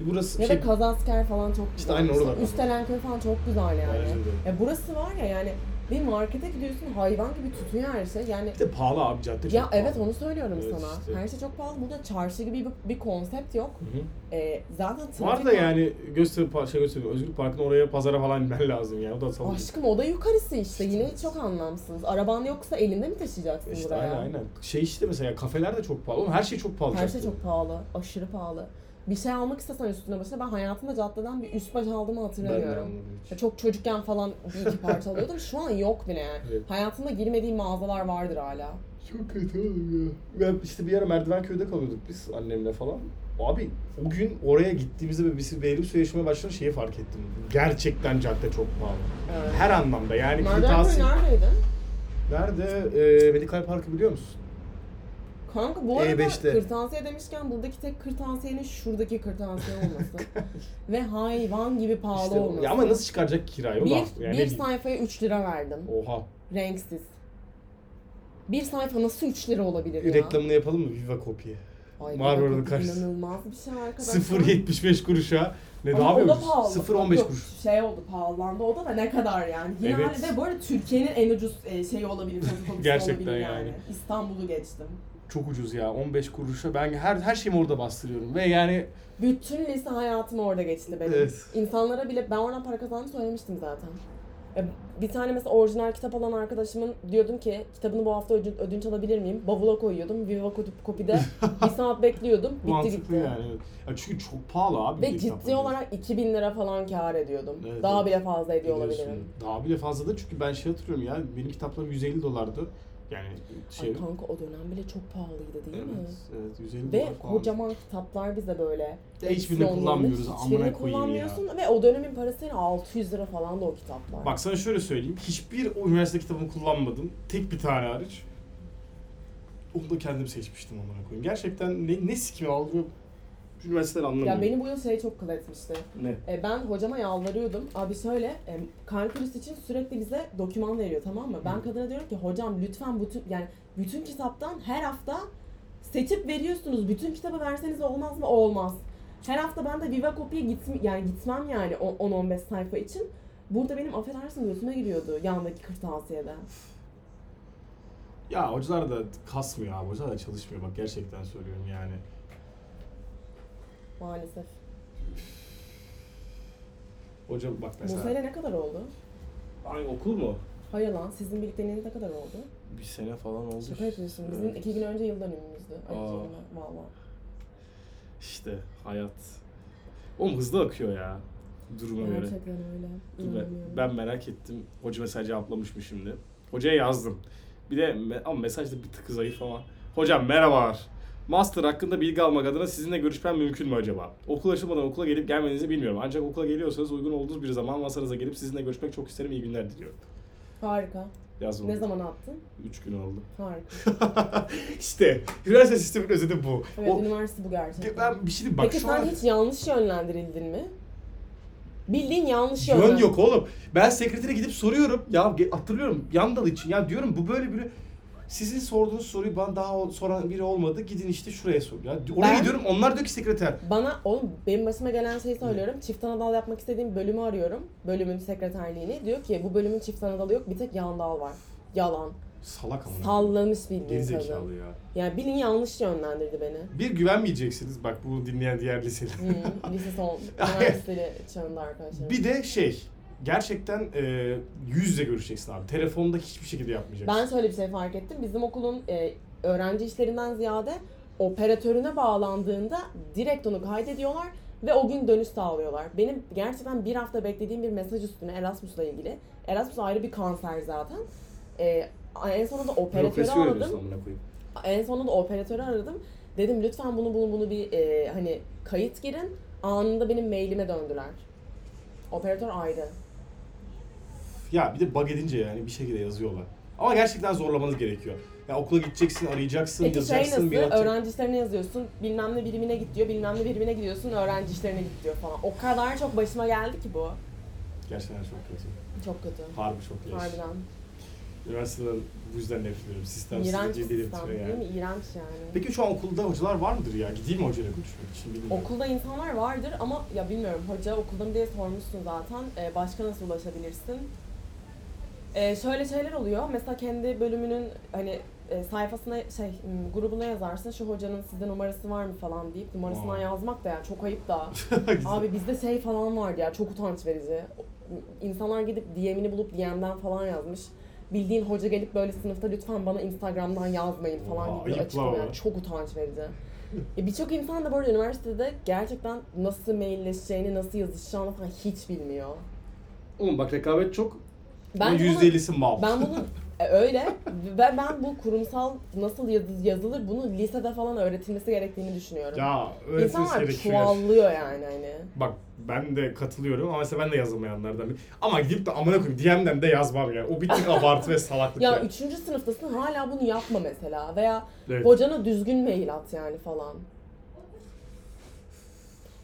C: Burası
B: Ya
C: şey...
B: da Kazasker falan çok güzel.
C: aynı
B: İşte
C: oralar.
B: Üstelenköy falan çok güzel yani.
C: Bence de.
B: Ya burası var ya yani bir markete gidiyorsun hayvan gibi tütüyor her şey. Yani
C: Bir de pahalı abi cadde çok
B: ya
C: pahalı.
B: evet onu söylüyorum
C: Evet
B: sana.
C: işte.
B: Her şey çok pahalı. Burada çarşı gibi bir, bir konsept yok.
C: Hı hı.
B: Ee, zaten trafik
C: Var da yani gösteri par şey gösteri Özgürlük Parkı'nın oraya pazara falan inmen lazım yani o da salın.
B: Aşkım o da yukarısı işte yine çok anlamsız. Araban yoksa elinde mi taşıyacaksın
C: İşte
B: buraya?
C: E aynen aynen. Şey işte mesela kafeler de çok pahalı. Oğlum her şey çok pahalı.
B: Her şey
C: caddede.
B: çok pahalı. Aşırı pahalı. Bir şey almak istesen üstüne başına ben hayatımda caddeden bir üst baş aldığımı
C: Ben de
B: hatırlamıyorum.
C: anlamadım hiç.
B: Ya çok çocukken falan bir iki parça alıyordum. Şu an yok bile yani.
C: Evet.
B: Hayatımda girmediğim mağazalar vardır hala.
C: Çok kötü oğlum ya. Ben işte bir ara Merdivenköy'de kalıyorduk biz annemle falan. Abi o gün oraya gittiğimizde ve biz belli bir süre yaşamaya başlayan şeyi fark ettim. Gerçekten cadde çok pahalı.
B: Evet.
C: Her anlamda yani
B: Merdivenköy
C: Hani kırtasiye...
B: neredeydin?
C: Nerede? Ee, Medikal Park'ı biliyor musun?
B: Kanka bu arada
C: E5'te.
B: kırtasiye demişken buradaki tek kırtasiyenin şuradaki kırtasiye olması. Ve hayvan gibi pahalı
C: İşte,
B: olması.
C: ya ama nasıl çıkaracak kirayı? O
B: bir,
C: da- yani ne
B: bir
C: bileyim.
B: sayfaya 3 lira verdim.
C: Oha.
B: Renksiz. Bir sayfa nasıl 3 lira olabilir ya?
C: Reklamını yapalım mı? Viva Copy'ye.
B: Ay,
C: Marmara'nın
B: bak,
C: karşısı.
B: İnanılmaz bir şey arkadaşlar.
C: 0.75 kuruşa. Ne
B: Ama
C: daha
B: o da pahalı.
C: 0.15
B: Yok,
C: kuruş.
B: Şey oldu pahalandı o da da ne kadar yani. Yine
C: Evet.
B: halde bu arada Türkiye'nin en ucuz e, şeyi olabilir. otobüsü olabilir
C: Gerçekten yani.
B: İstanbul'u geçtim.
C: Çok ucuz ya. 15 kuruşa. Ben her her şeyimi orada bastırıyorum. Ve yani
B: Bütün lise hayatım orada geçti benim.
C: Evet.
B: İnsanlara bile ben oradan para kazandığımı söylemiştim zaten. E, Bir tane mesela orijinal kitap alan arkadaşımın diyordum ki kitabını bu hafta ödün- ödünç alabilir miyim? Bavula koyuyordum. Viva Kopi'de bir saat bekliyordum. Bitti
C: mantıklı
B: gitti.
C: yani. evet. Ya çünkü çok pahalı abi. bir hani.
B: Ve
C: de
B: ciddi
C: kitaplar.
B: olarak 2000 lira falan kar ediyordum.
C: Evet,
B: Daha
C: evet.
B: bile fazla ediyor
C: Biliyorsun.
B: olabilirim.
C: Daha bile fazladır çünkü ben şey hatırlıyorum ya benim kitaplarım 150 dolardı. Yani şey
B: Ay kanka o dönem bile çok pahalıydı değil
C: evet,
B: mi?
C: evet 150
B: Ve
C: dolar falan.
B: kocaman kitaplar bize böyle.
C: De hiçbirini
B: Londra'da
C: kullanmıyoruz,
B: hiçbirini
C: amına koyayım ya.
B: kullanmıyorsun Ve o dönemin parasıyla 600 lira falan da o kitaplar.
C: Bak sana şöyle söyleyeyim. Hiçbir o üniversite kitabını kullanmadım. Tek bir tane hariç. Onu da kendim seçmiştim amına koyayım. Gerçekten ne, ne sikimi aldığımı üniversiteler anlamıyor.
B: ya beni bu yıl şey çok kıl etmişti.
A: Ne?
B: E, ben hocama yalvarıyordum. Abi şöyle, e, kalkülüs için sürekli bize doküman veriyor tamam mı? Ben kadına diyorum ki hocam lütfen bütün yani bütün kitaptan her hafta seçip veriyorsunuz. Bütün kitabı verseniz olmaz mı? Olmaz. Her hafta ben de Viva Copy'ye gitm yani gitmem yani o- 10-15 sayfa için. Burada benim affedersin gözüme giriyordu yandaki kırtasiyede.
C: Ya hocalar da kasmıyor abi. Hocalar da çalışmıyor bak gerçekten söylüyorum yani.
B: Maalesef.
C: Hoca bak
B: Bu
C: mesela.
B: sene ne kadar oldu?
A: Ay okul mu?
B: Hayır lan sizin birlikteliğiniz ne kadar oldu?
A: Bir sene falan oldu.
B: Şaka yapıyorsun. Bizim
A: Evet.
B: iki gün önce yıl dönümümüzdü. Ay,
A: Aa.
B: canım, Valla.
A: İşte hayat. Oğlum hızlı akıyor ya. Duruma göre.
B: Gerçekten öyle.
A: Dur ben,
B: İnanamıyorum.
A: ben merak ettim. Hoca mesela cevaplamış mı şimdi? Hocaya yazdım. Bir de me- ama mesajda bir tık zayıf ama. Hocam merhabalar. Master hakkında bilgi almak adına sizinle görüşmem mümkün mü acaba? Okul açılmadan okula gelip gelmenizi bilmiyorum. Ancak okula geliyorsanız uygun olduğunuz bir zaman masanıza gelip sizinle görüşmek çok isterim. İyi günler diliyorum.
B: Harika.
A: Yazdım.
B: Ne zaman attın?
A: 3 gün oldu.
B: Harika.
C: işte üniversite sisteminin özeti bu.
B: Evet,
C: O-
B: üniversite bu gerçekten.
C: ben bir şey diyeyim bak
B: Peki
C: şu
B: sen
C: an
B: hiç yanlış yönlendirildin mi? Bildiğin yanlış yönlendir.
C: yön yok oğlum. Ben sekretere gidip soruyorum. Ya ge- hatırlıyorum yan dal için. Ya diyorum bu böyle böyle sizin sorduğunuz soruyu ben daha o- soran biri olmadı. Gidin işte şuraya sorun. Ya oraya
B: Ben-
C: gidiyorum. Onlar diyor ki sekreter.
B: Bana oğlum benim başıma gelen şeyi söylüyorum. Çift anadal yapmak istediğim bölümü arıyorum. Bölümün sekreterliğini. Diyor ki bu bölümün çift anadalı yok bir tek yan dal var. Yalan.
C: Salak ama.
B: Sallamış bildiğin kadın.
C: Gerizekalı ya.
B: Yani bilin yanlış yönlendirdi beni.
C: Bir güvenmeyeceksiniz bak bunu dinleyen diğer liseli.
B: Hı, Hmm, lise son. Üniversiteli çağında arkadaşlarım.
C: Bir de şey gerçekten e, yüz yüze görüşeceksin abi. Telefonda hiçbir şekilde yapmayacaksın.
B: Ben şöyle bir şey fark ettim. Bizim okulun e, öğrenci işlerinden ziyade operatörüne bağlandığında direkt onu kaydediyorlar ve o gün dönüş sağlıyorlar. Benim gerçekten bir hafta beklediğim bir mesaj üstüne Erasmus'la ilgili. Erasmus ayrı bir kanser zaten. E, en sonunda operatörü
A: Bürokrasi
B: aradım.
A: öğreniyorsun amına koyayım.
B: En sonunda operatörü aradım. Dedim lütfen bunu bunu bunu bir e, hani kayıt girin. Anında benim mailime döndüler. Operatör ayrı.
C: Ya bir de bug edince yani bir şekilde yazıyorlar. Ama gerçekten zorlamanız gerekiyor. Ya okula gideceksin, arayacaksın,
B: Peki şey
C: yazacaksın,
B: nasıl?
C: mail atacaksın.
B: Öğrenci işlerine yazıyorsun. Bilmem ne birimine git diyor. Bilmem ne birimine gidiyorsun. Öğrenci işlerine git diyor falan. O kadar çok başıma geldi ki bu.
C: Gerçekten çok kötü.
B: Çok kötü.
C: Harbi çok leş.
B: Harbiden.
C: Üniversiteden bu yüzden nefret ediyorum. Sistem
B: İğrenç
C: sizi
B: bir
C: delirtiyor
B: sistem
C: yani.
B: değil mi? İğrenç yani.
C: Peki şu an okulda hocalar var mıdır ya? Gideyim mi hocayla konuşmak için bilmiyorum.
B: Okulda insanlar vardır ama ya bilmiyorum hoca okulda mı diye sormuşsun zaten. Ee, başka nasıl ulaşabilirsin? Ee, şöyle şeyler oluyor. Mesela kendi bölümünün hani e, sayfasına şey m, grubuna yazarsın şu hocanın sizde numarası var mı falan deyip numarasından
C: Aa.
B: yazmak da yani çok ayıp da.
C: Güzel.
B: Abi bizde şey falan vardı ya çok utanç verici. İnsanlar gidip DM'ini bulup DM'den falan yazmış. Bildiğin hoca gelip böyle sınıfta lütfen bana Instagram'dan yazmayın falan
C: Oha,
B: gibi bir
C: ayıp
B: açıklama.
C: lan
B: Yani
C: o.
B: çok utanç verici. E, Birçok insan da bu arada üniversitede gerçekten nasıl mailleşeceğini, nasıl yazışacağını falan hiç bilmiyor.
A: Oğlum bak rekabet çok.
C: Bunun
B: bunu-
C: %50'si mal.
B: ben bunu e, öyle ben, ben bu kurumsal nasıl yazı- yazılır bunu lisede falan öğretilmesi gerektiğini düşünüyorum.
C: Ya öğretmeniz
B: İnsanlar
C: gerekiyor.
B: çuvallıyor yani hani.
C: Bak ben de katılıyorum ama mesela ben de yazılmayanlardan bir. Ama gidip de amına koyayım DM'den de yazmam ya. O bir tık abartı ve salaklık
B: Ya
C: yani.
B: üçüncü sınıftasın hala bunu yapma mesela veya
C: Evet.
B: hocana düzgün mail at yani falan.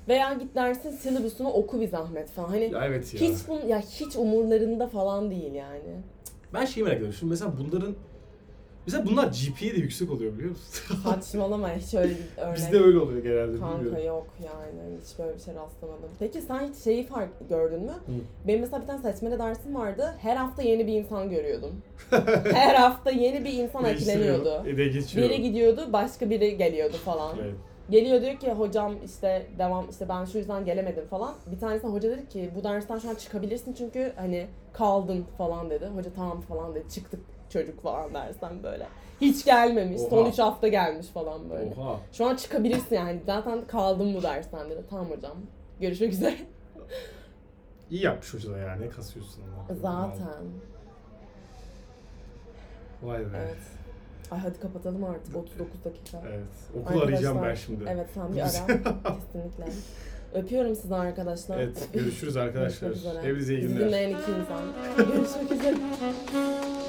B: Veya git dersin syllabusunu oku bir zahmet falan. Hani
C: Ya evet ya.
B: hiç bun ya hiç umurlarında falan değil yani.
C: Ben şeyi merak ediyorum. Şimdi mesela bunların Mesela bunlar GPA de yüksek oluyor biliyor musun?
B: Saçmalama hiç öyle bir örnek.
C: Bizde öyle oluyor genelde
B: Kanka
C: bilmiyorum.
B: yok yani hiç böyle bir şey rastlamadım. Peki sen hiç şeyi fark gördün mü?
C: Hı.
B: Benim mesela bir tane seçmeli dersim vardı. Her hafta yeni bir insan görüyordum. Her hafta yeni bir insan ekleniyordu.
C: Ede E, geçiyor.
B: Biri gidiyordu, başka biri geliyordu falan.
C: Evet.
B: Geliyor diyor ki hocam işte devam işte ben şu yüzden gelemedim falan. Bir tanesi hoca dedi ki bu dersten şu an çıkabilirsin çünkü hani kaldın falan dedi. Hoca tamam falan dedi. Çıktık çocuk falan dersten böyle. Hiç gelmemiş. Son
C: Oha.
B: 3 hafta gelmiş falan böyle.
C: Oha.
B: Şu an çıkabilirsin yani. Zaten kaldım bu dersten dedi. Tamam hocam. Görüşmek üzere.
C: İyi yapmış hoca da ya. Ne kasıyorsun ama.
B: Zaten.
C: Vay be.
B: Evet. Ay hadi kapatalım artık. 39 dakika.
C: Evet. Okul
B: Arkadaşlar,
C: arayacağım ben şimdi.
B: Evet sen bir ara. Kesinlikle. Öpüyorum sizi arkadaşlar.
C: Evet. Görüşürüz arkadaşlar.
B: Görüşmek üzere.
C: Evinize iyi
B: Bizi
C: günler.
B: dinleyen iki insan. Görüşmek üzere.